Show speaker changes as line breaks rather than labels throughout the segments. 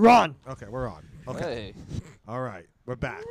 We're on.
Okay, we're on. Okay.
Hey.
All right. We're back.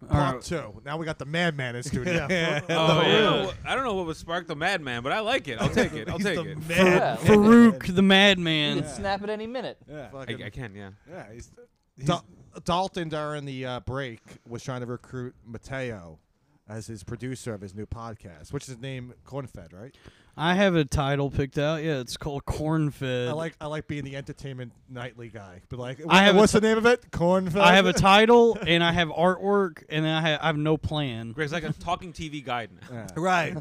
right.
Part two. Now we got the madman in studio.
Oh,
Oh, yeah. I, don't
yeah.
know what, I don't know what would spark the madman, but I like it. I'll take it. I'll
He's
take
the mad-
it.
Yeah.
Farouk the
You
Madman.
can snap at any minute.
Yeah.
I,
fucking-
I can, yeah.
Yeah. He's, he's,
Dal- Dalton during the uh, break was trying to recruit Mateo as his producer of his new podcast, which is named Cornfed, right?
I have a title picked out. Yeah, it's called Corn Fed.
I like I like being the entertainment nightly guy, but like,
I have a
what's the name of it? Cornfed.
I have a title and I have artwork and I have, I have no plan.
Greg's like a talking TV guide
Yeah.
now.
Right.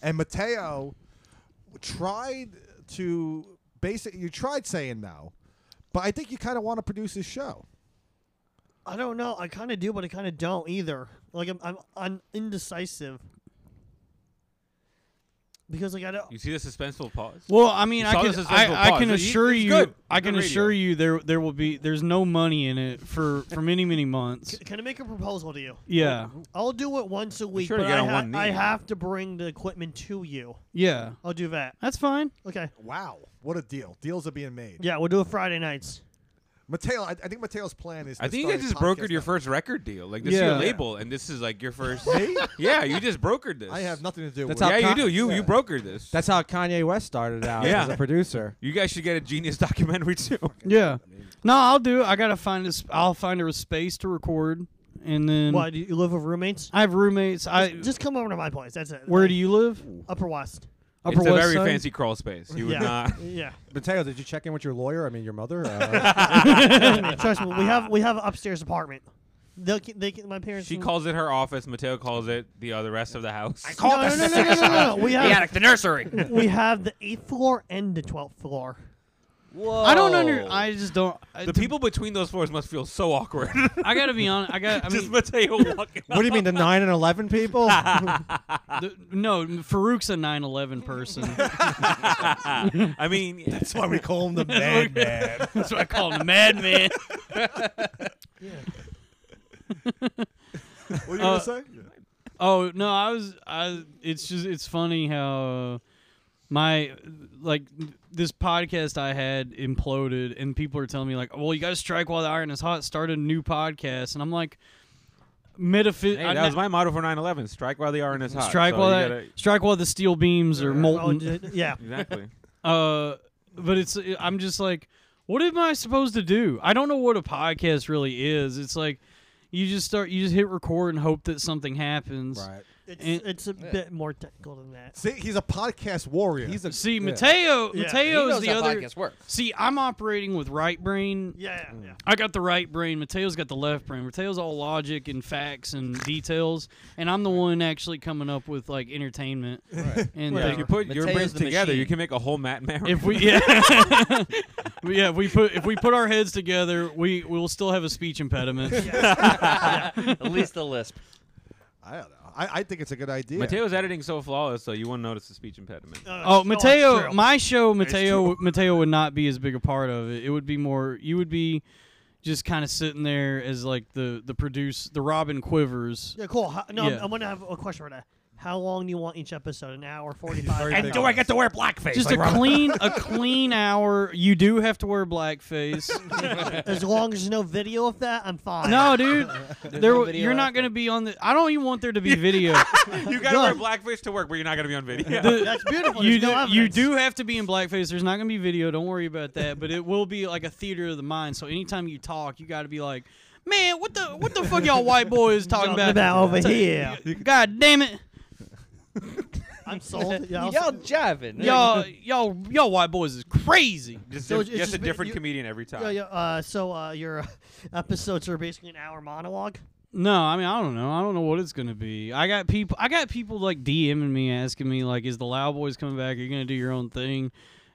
and Mateo tried to basically you tried saying no, but I think you kind of want to produce his show.
I don't know. I kind of do, but I kind of don't either. Like I'm, I'm, I'm indecisive because like I don't.
You see the suspenseful pause?
Well, I mean,
You
I
saw
can
this as Central
I, I
Park.
can
It's
assure you
good.
I
Good
can
radio.
assure you there there will be there's no money in it for for many many months.
C- Can I make a proposal to you?
Yeah,
I'll do it once a week,
sure to
but
get
I,
on
ha-
one knee.
I have to bring the equipment to you.
yeah,
I'll do that.
that's fine.
Okay.
Wow, what a deal! Deals are being made.
Yeah, we'll do it Friday nights.
Mateo, I, I think Mateo's plan is.
I
to
think you
start
guys
his
just brokered
podcast
your
now.
first record deal. Like this is
Yeah.
your label, and this is like your first.
Me?
yeah, you just brokered this.
I have nothing to do
That's
with.
how-
Yeah, you
Con-
do. You
yeah.
you brokered this.
that's how Kanye West started out
Yeah.
as a producer.
you guys should get a genius documentary too.
Yeah, no, I'll do. it. I gotta find a sp- I'll find a space to record, and then
What? You you live with roommates?
I have roommates. I
Just come over to my place. That's it.
where do you live?
Upper West.
Upper
it's a
West
very
Side?
fancy crawl space. You would
yeah.
not.
Yeah.
Mateo, did you check in with your lawyer? I mean, your mother? Uh,
Trust me. Trust me. We have we have an upstairs apartment. They'll ke- they can, my parents.
She
can-
calls it her office. Mateo calls it the other rest of the house. I
No, no, no, no, no, no, no, no. We have
the nursery.
we have the eighth floor and the twelfth floor.
Whoa.
I don't under. I just don't. I,
Oh. the people between those floors must feel so awkward.
I gotta be honest. I got. I
just
mean,
Mateo walking.
what do you mean, the 9 and 11 people?
the, no, Farouk's a 9/11 person.
I mean, yeah.
That's why we call him the madman.
That's what I call him, madman.
what you
Uh,
gonna
gonna say?
Oh no, I was I it's just it's funny how my like this podcast I had imploded and people are telling me like, "Well, you got to strike while the iron is hot, start a new podcast." And I'm like metaphysics
Hey, that was my motto for 9/11: strike while the iron is hot.
strike
So
while
you
that,
gotta-
strike while the steel beams are molten.
Oh, d- yeah.
exactly.
Uh, but it's I'm just like, what am I supposed to do? I don't know what a podcast really is. It's like you just start, you just hit record and hope that something happens.
right.
It's
And-
it's a bit more technical than that.
See, he's a podcast warrior.
He's a,
See,
yeah.
Mateo,
Yeah.
He
Mateo's
knows
the
how
other.
podcasts work.
See, I'm operating with right brain.
Yeah, yeah.
I got the right brain. Mateo's got the left brain. Mateo's all logic and facts and details, and I'm the one actually coming up with like entertainment. And uh,
Yeah,
like,
if you put your
Mateo's
brains
the
together, you
machine.
can make a whole Matt Merrick.
if we yeah, yeah, if we put if we put our heads together, we we'll still have a speech impediment.
At least a lisp.
I don't know. I, I think it's a good idea.
Mateo's editing so flawless, though you won't notice the speech impediment.
Uh, no,
Oh,
it's
Mateo,
true.
my show, Mateo, Mateo would not be as big a part of it. It would be more. You would be just kind of sitting there as like the the produce the Robin Quivers.
yeah, cool. How, no, I'm-
Yeah.
I'm, gonna have a question for that. How long do you want each episode? An hour, forty-five.
And do I get
to wear?
Just a clean a clean hour. You do have to wear blackface.
As long as there's no video of that, I'm fine.
no, dude, there
no
w-
video
you're not
after.
going to be on the. I don't even want there to be video.
you gotta wear blackface to work, but you're not gonna be on video.
that's beautiful.
you
there's no
do, you
evidence.
do have to be in blackface. There's not going to be video. Don't worry about that. But it will be like a theater of the mind. So anytime you talk, you got to be like, man, what the what the fuck y'all white boys talking
Something
about?
about over
It's like,
here.
God damn it,
I'm sold. Yeah, I'll-
Y'all jiving.
y'all y'all y'all white boys is crazy.
just
So
a-
it's- it's
just a
just-
different
you-
comedian every time.
yeah, yeah, uh, so uh, your uh, episodes are basically an hour monologue.
No, I mean I don't know. I don't know what it's gonna be. I got people. I got people like DMing me asking me like, is the Loud Boys coming back? Are you gonna do your own thing?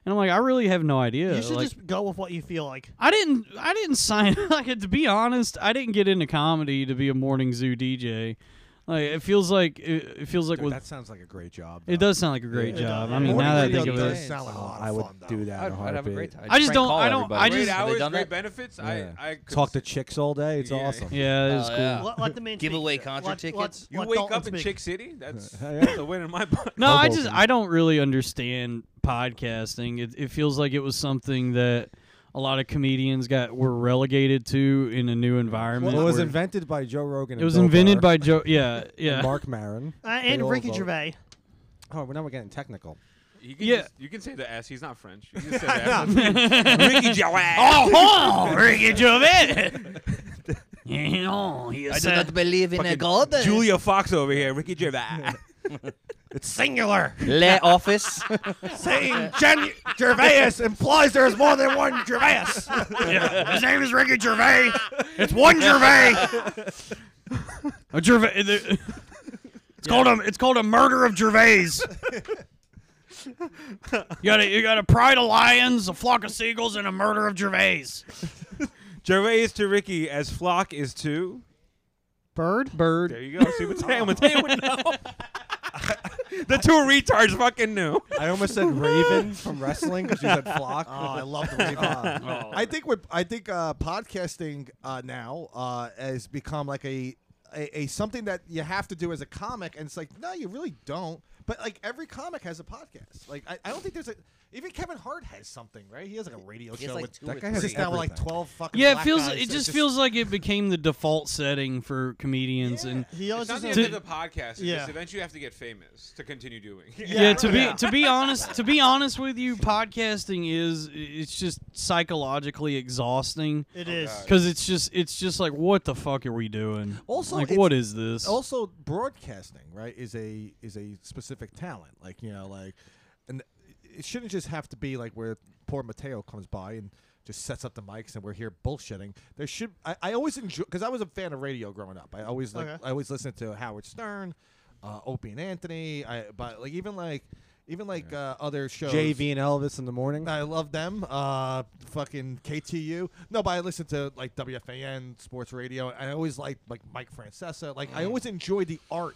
And I'm like, I really have no idea.
you should
Like-
just go with what you feel like.
I didn't. I didn't sign. Like to be honest, I didn't get into comedy to be a morning zoo DJ. Like it feels like it, it feels like
Dude,
with,
that sounds like a great job.
it
though.
does sound like a great
It
job.
does.
I mean,
Morning
now that I
radio
think of
does
it,
sound like a lot of
I would
fun, though.
do that.
I'd,
in a
I'd have a
heartbeat.
great time.
I just
Prank
don't-
call
I don't-
everybody.
I
great
just- Have
hours,
Have they done
great
that?
benefits.
Yeah.
I, I could
Talk to
s-
chicks all day. It's
Yeah.
awesome.
yeah, it is
Oh,
cool.
yeah.
Let, let the man
Give
speak.
away concert
Let- let-
tickets.
You
let
wake
Dalton
up in
speak.
Chick City. That's
Yeah.
that's a win in my book.
No, I just
Hoboken.
I don't really understand podcasting. It, it feels like it was something that a lot of comedians got were relegated to in a new environment.
Well, it was
where-
invented by Joe Rogan.
it
and
was
Bill
invented
Burr
by Joe. Yeah,
and
yeah.
Mark Maron
Uh, and
They all
Ricky
vote.
Gervais.
Oh, well, now we're getting technical.
You can,
Yeah.
just- you can say the S. He's not French. You can just say the S. Ricky Gervais.
oh, Ricky Gervais. you know, he
I do not believe in a god.
Julia Fox over here. Ricky Gervais.
It's singular.
Le office.
Saying Gen- Gervais implies there is more than one Gervais.
His name is Ricky Gervais. It's one Gervais. a Gervais. It's called a. It's called a murder of Gervais. you got a you got a pride of lions, a flock of seagulls, and a murder of Gervais.
Gervais to Ricky as Flock is to.
Bird?
There
Bird.
you go. See, Mateo. Mateo would know. the two retards fucking knew.
I almost said Raven from wrestling because you said flock. Oh, I love the Raven.
Oh.
I think with I think uh, podcasting uh, now uh, has become like a, a a something that you have to do as a comic, and it's like no, you really don't. But like every comic has a podcast. Like I, I don't think there's a even Kevin Hart has something, right? He has like a radio
He
show
has like
with
two
that
or
guy
three.
has
sits down with like
everything.
twelve fucking.
Yeah, it
black
feels.
guys,
It
so
just feels like it became the default setting for comedians,
Yeah.
and
He
It's
also
not the
said-
end of the podcast.
Yeah.
Yeah. Eventually, you have to get famous to continue doing.
yeah, to be to be honest to be honest with you podcasting is it's just psychologically exhausting
It is.
because it's just it's just like what the fuck are we doing
Also,
like
it's-
what is this
also broadcasting right is a is a specific talent like you know like and it shouldn't just have to be like where poor mateo comes by and just sets up the mics and we're here bullshitting there should i, I always enjoy because i was a fan of radio growing up i always like
Okay.
i always listened to howard stern uh, opie and anthony i but like even like even like uh, other shows
JV and Elvis in the morning.
I love them. Uh, fucking KTU. No, but I listen to like WFAN sports radio. I always like like Mike Francesa. Like
Mm.
I always enjoy the art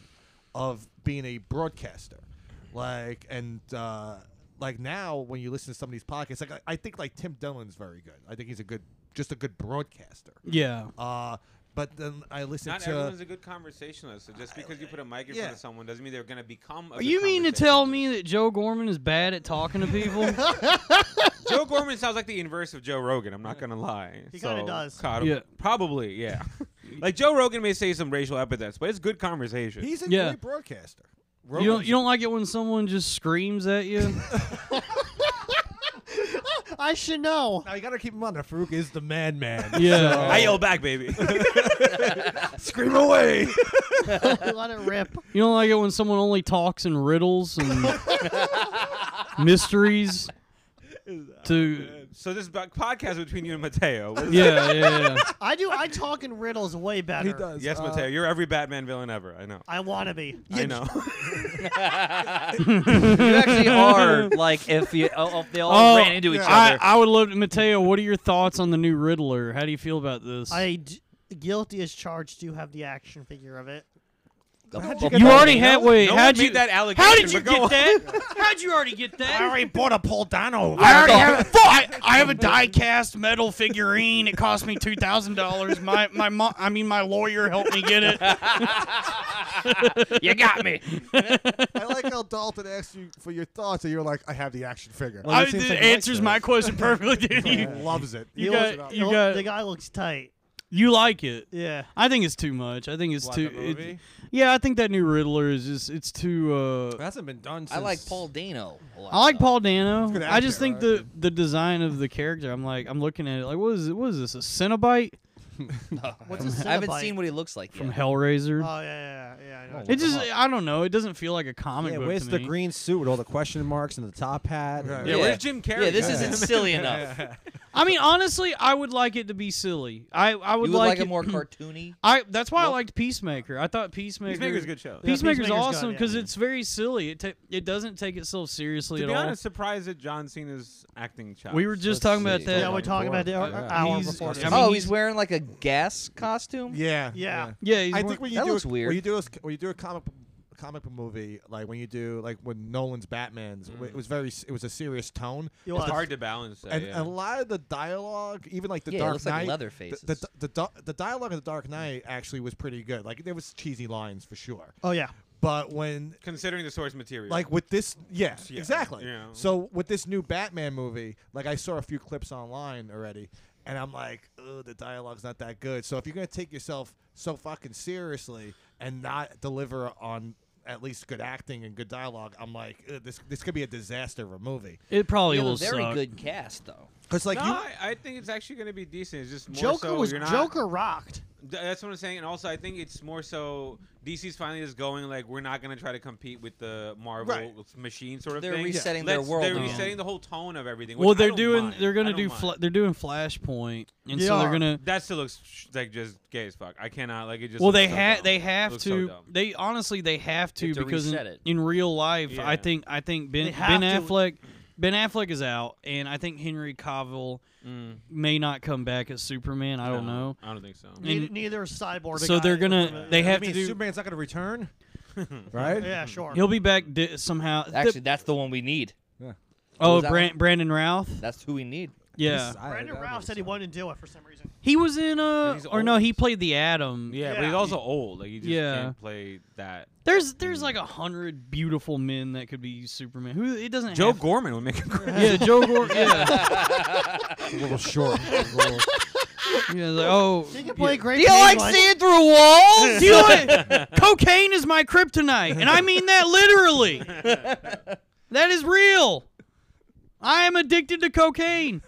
of being a broadcaster. Like and uh, like now when you listen to some of these podcasts, like I, I think like Tim Dillon's very good. I think he's a good, just a good broadcaster.
yeah
Uh, but then I listen
Not
uh,
to
everyone's a good conversationalist. So just because you put a mic in
yeah.
front of someone doesn't mean they're going to become. A good
you mean to tell
conversationalist.
me that joe gorman is bad at talking to people
Joe Gorman sounds like the inverse of Joe Rogan. I'm not gonna lie.
He kinda
So,
does.
God,
Yeah.
probably. Yeah, like Joe Rogan may say some racial epithets, but it's good conversation.
he's a
Yeah.
great broadcaster.
you don't you don't like it when someone just screams at you
I should know.
Now you gotta keep him on. Farouk is the madman.
yeah
I yell back, baby.
Scream away.
Let it rip.
you don't like it when someone only talks in riddles and mysteries to
so this bo- podcast between you and Mateo. What is-
yeah yeah, yeah.
I do. I talk in riddles way better.
he does.
Yes,
uh,
Mateo, you're every Batman villain ever. I know.
I want to be.
I know.
you actually are like if you oh, if they all ran into each
I,
other.
I would love to, Mateo. What are your thoughts on the new Riddler? How do you feel about this?
I d- guilty as charged. Do have the action figure of it.
you already had. Wait,
No one
how'd
made
you?
that allegation.
how did you
but go
get
on.
that? How'd you already get that? I already bought a Paul Dano.
I
I already
thought-
have. I, I have a die-cast metal figurine. It cost me two thousand dollars. My my mom. I mean, my lawyer helped me get it.
you got me.
I like how Dalton asked you for your thoughts, and you're like, "I have the action figure."
Well,
I,
it seems
it
like Mike
answers my
does.
question perfectly. Dude.
He
You,
loves it.
you
He loves it
got
up.
you
Look,
got
the guy looks tight.
you like it.
Yeah.
I think it's too much. I think it's
What,
too.
the
it-
movie?
yeah, I think that new Riddler is just it's too. uh
It hasn't been done since.
I like Paul Dano. a lot,
I like
though.
Paul Dano.
good
I just
actor,
think
I
the the design of the character. I'm like I'm looking at it like what is it, what is this a Cenobite
What's his
I haven't
Cenobite?
seen what he looks like
from
yet.
Hellraiser?
Oh yeah, yeah, yeah. yeah I know.
it
look
just
him
I don't know. It doesn't feel like a comic
Yeah,
book.
where's
to
the
me.
green suit with all the question marks and the top hat?
Right.
and-
Yeah,
Yeah.
where's Jim Carrey?
Yeah, this isn't silly enough.
I mean, honestly, I would like it to be silly. I I
You
would
would like,
it
a more cartoony.
I that's why I
Well-
liked Peacemaker. I thought Peacemaker.
Peacemaker's a good show.
Yeah,
Peacemaker's
Peacemaker's good,
awesome
yeah.
because it's very silly. It ta- it doesn't take itself seriously
To
at
be
all.
honest, surprised at John Cena's acting chops.
we were just talking about
see.
that.
yeah, we're talking about the
Yeah.
hour- hour
He's-
before.
I
this.
mean,
oh,
he's-
he's, wearing like a gas costume.
Yeah,
Yeah.
yeah, he's
I
one-
think when you
That
do
looks
a,
weird.
when you do a, s- when you do a comic b- comic book movie, like when you do like when Nolan's Batman's, w it was very s- it was a serious tone,
He
It's
was.
hard to balance that.
and,
yeah.
and a lot of the dialogue, even like the
Yeah, it
Dark
looks like
Knight,
Leatherface's.
The, the, the, the dialogue of the Dark Knight actually was pretty good. Like there was cheesy lines for sure,
Oh yeah.
But when
Considering the source material.
like with this yeah,
Yeah,
exactly
yeah.
so with this new batman movie like i saw a few clips online already and i'm like Ugh, the dialogue's not that good so if you're gonna take yourself so fucking seriously and not deliver on at least good acting and good dialogue i'm like Ugh, this this could be a disaster of a movie
It probably
Yeah,
will
but very
suck.
good cast though.
because like
no,
you
I, I think it's actually going to be decent. It's just more
Joker
so
was
you're not,
Joker rocked.
Th- That's what I'm saying, and also I think it's more so DC's finally just going like we're not gonna try to compete with the Marvel
Right.
machine sort of
They're
thing.
resetting their world
They're
again.
resetting the whole tone of everything.
Well,
which I
they're
don't
doing
mind.
they're
I
gonna
don't
do
mind.
fla- they're doing Flashpoint, and
They
so they're
are.
gonna
that still looks sh- like just gay as fuck. I cannot like it. Just
well
looks
they
so
ha-
dumb.
they have
Looks so
to
dumb.
they honestly they have to,
They have to
because
reset
in,
it.
in real life I
Yeah.
think I think Ben
They
Ben
have to.
Affleck Ben Affleck is out and I think Henry Cavill
Mm,
may not come back as Superman I don't
no,
know
I don't think so.
Neither,
And-
neither is Cyborg.
so they're gonna
to
they have
I mean,
to do
superman's not gonna return right
Yeah, sure.
he'll be back di- somehow The-
Actually, that's the one we need.
oh
was that
Bran- Brandon Routh
That's who we need.
yeah
I-
Brandon
that
Ralph
movie's
said he
fun.
wanted to do it for some reason.
he was in uh
he's
or no
old.
he played the Atom
Yeah, but he's
Yeah.
also old. Like you just
Yeah.
can't play that.
there's there's like a hundred beautiful men that could be Superman who it doesn't
Joe
have-
Gorman would make a great
yeah Joe Gor yeah
a little short a little-
yeah like, oh
He can play
yeah.
great.
Do you like
Penguin.
seeing through walls?
Do you know what? cocaine is my kryptonite, and I mean that literally. that is real. I am addicted to cocaine.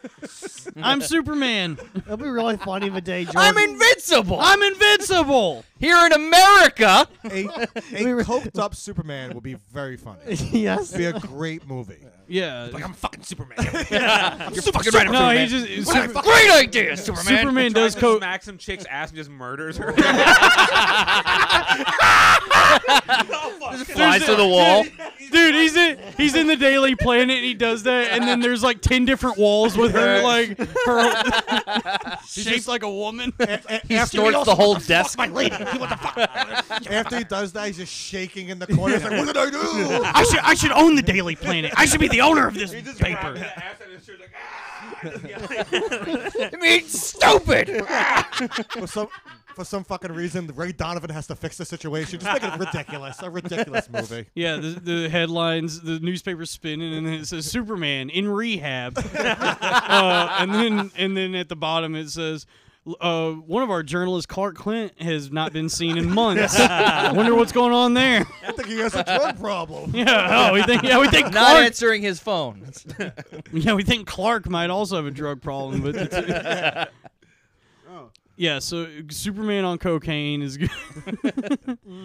I'm Superman.
It'll be really funny if a day. Jordan.
I'm invincible.
I'm invincible.
here in America.
a, a coked up superman would be very funny
yes.
be a great movie
Yeah.
I'm fucking Superman. You're fucking right.
No, he just Super-
Great idea, Superman.
Superman
Tries
does
to
coke.
smack some chick's ass and just murders her.
Flies to the wall.
Dude, he's in he's in the Daily Planet and he does that, and then there's like ten different walls with her like her shaped like a woman.
He snorts the whole desk.
My lady. What the fuck?
After he does that, he's just shaking in the corner. He's like, what did I do?
I should I should own the Daily Planet. I should be the owner of this
"Ah!"
It means stupid.
for some for some fucking reason, Ray Donovan has to fix the situation. Just make it ridiculous. A ridiculous movie.
Yeah, the, the headlines, the newspaper's spinning, and then it says Superman in rehab, uh, and then and then at the bottom it says. Uh, one of our journalists, Clark Clint, has not been seen in months. I wonder what's going on there.
I think he has a drug problem.
Yeah, oh, we think yeah, we think
Not
Clark,
answering his phone.
yeah, we think Clark might also have a drug problem. But it's- yeah, so Superman on cocaine is good.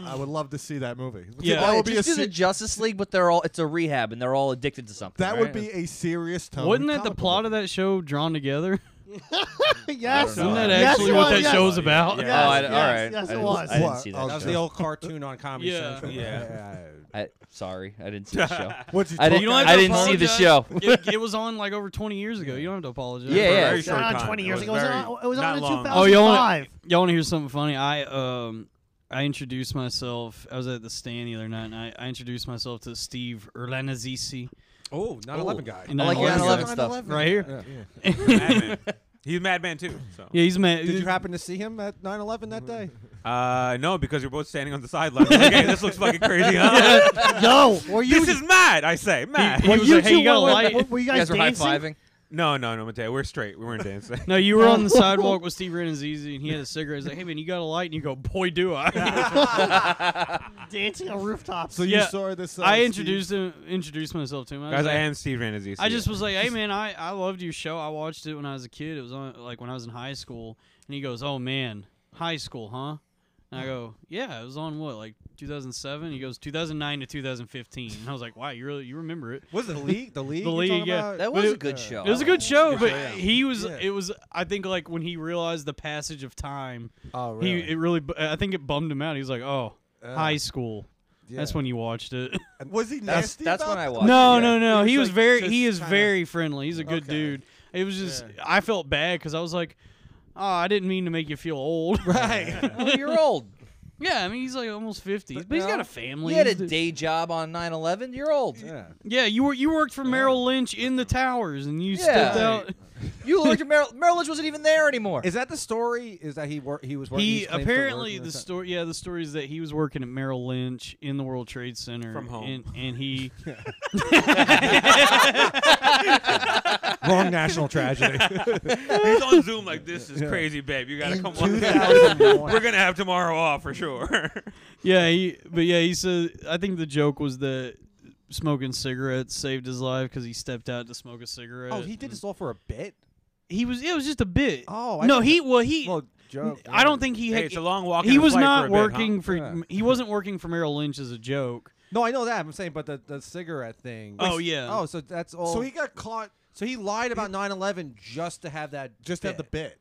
I would love to see that movie.
Yeah.
that
Oh,
would be a
Just do the
se-
Justice League, but they're all it's a rehab and they're all addicted to something.
that would be
right?
a serious tone.
Wasn't that the plot of that show drawn together?
yes.
Isn't that
Yes,
actually
it
what
was,
that
yes.
show's about?
Oh,
Yes,
I,
yes,
all right.
yes,
I
it
didn't-
was.
I didn't
What? Oh,
see that.
that
That was
show.
the old cartoon on Comedy
Yeah.
Central.
Yeah.
I, sorry, I didn't see the show.
What'd you talk
I didn't-
You don't have
I
to
didn't see the
apologize.
show.
it, it was on like over 20 years ago. You don't have to apologize.
Yeah, yeah.
Very short
on
time.
20
It
years
was
ago. It was
very-
on- it was
not
on in
long.
2000.
Oh, y'all want
2005.
y'all want to hear something funny? I um I introduced myself. I was at the stand the other night, and I, I introduced myself to Steve Erlanazisi.
Oh, not
Oh.
eleven guy.
And
I like
Nine
your 9/11
Eleven.
stuff.
right here. Yeah,
Madman. He's Madman too. So.
he's mad.
Did you happen to see him at 9/11 that day?
Mm-hmm.
Uh, no, because you're both standing on the sideline. Like, hey, this looks fucking crazy, huh?
Yo, were you?
this is mad. I say mad.
He
were
was
you
like, "Hey,
two-
you got a
were- were-
light?"
Were, were you
You
guys,
guys were high
dancing?
fiving.
No, no, no, Mateo. We're straight. We weren't dancing.
no, you were on the sidewalk with Steve Erlanazisi, and he had a cigarette. He's like, "Hey man, you got a light?" And you go, "Boy, do I!"
Dancing on rooftops.
So
Yeah.
you saw this. Uh,
I
Steve-
introduced him, introduced myself to him. I was
Guys, I
like,
am Steve Ranazzi.
I just was like, "Hey man, I, I loved your show. I watched it when I was a kid. It was on like when I was in high school." And he goes, "Oh man, high school, huh?" And I go, "Yeah, it was on what like 2007." He goes, "2009 to 2015." And I was like, "Wow, you really you remember it?"
Was it the league? The league.
The
you're
League,
talking
yeah.
about?
That
But
was a
it-
good show.
It was a good show, but
yeah.
he was
Yeah.
it was I think like when he realized the passage of time,
Oh,
he it really bu- I think it bummed him out. He was like, "Oh,
Uh,
high school." That's
yeah.
when you watched it.
Was he
That's
nasty?
that's
about
when I
that?
watched.
No,
it,
no, no.
He
He
was,
was
like,
very
just
he is
kinda-
very friendly. He's a good
Okay.
dude. It was just I felt bad because I was like, oh, I didn't mean to make you feel old.
Right.
yeah. Oh, you're old.
yeah, I mean he's like almost fifty, but, he's
no.
got a family.
You had a
He's the-
day job on 9/11. You're old.
yeah.
yeah, you were you worked for Merrill Lynch in the towers, and you
Yeah.
stepped out.
You Lynch, Merrill, Merrill Lynch wasn't even there anymore.
Is that the story? Is that he wor- he was working?
He
he's claimed for working
apparently
or
the
something?
story. Yeah, the story is that he was working at Merrill Lynch in the World Trade Center
From home.
and, and he
Wrong national tragedy.
He's on Zoom like this is crazy, babe. You gotta come on. We're gonna have tomorrow off for sure.
Yeah, he, but yeah, he said. I think the joke was that smoking cigarettes saved his life because he stepped out to smoke a cigarette.
oh, he did this all for a bit.
He was. It was just a bit.
Oh, I
no,
thought
he. Well, he.
Well, joke.
I don't think he
hey,
had.
it's a long walk.
he
and a
was
flight
not
for a bit, huh?
working for.
Yeah.
He wasn't working for Merrill Lynch as a joke.
No, I know that. I'm saying, but the, the cigarette thing.
Oh, yeah.
Oh, so that's all.
So he got caught
So he lied about 9/11 just to have that.
just
bit.
at the bit.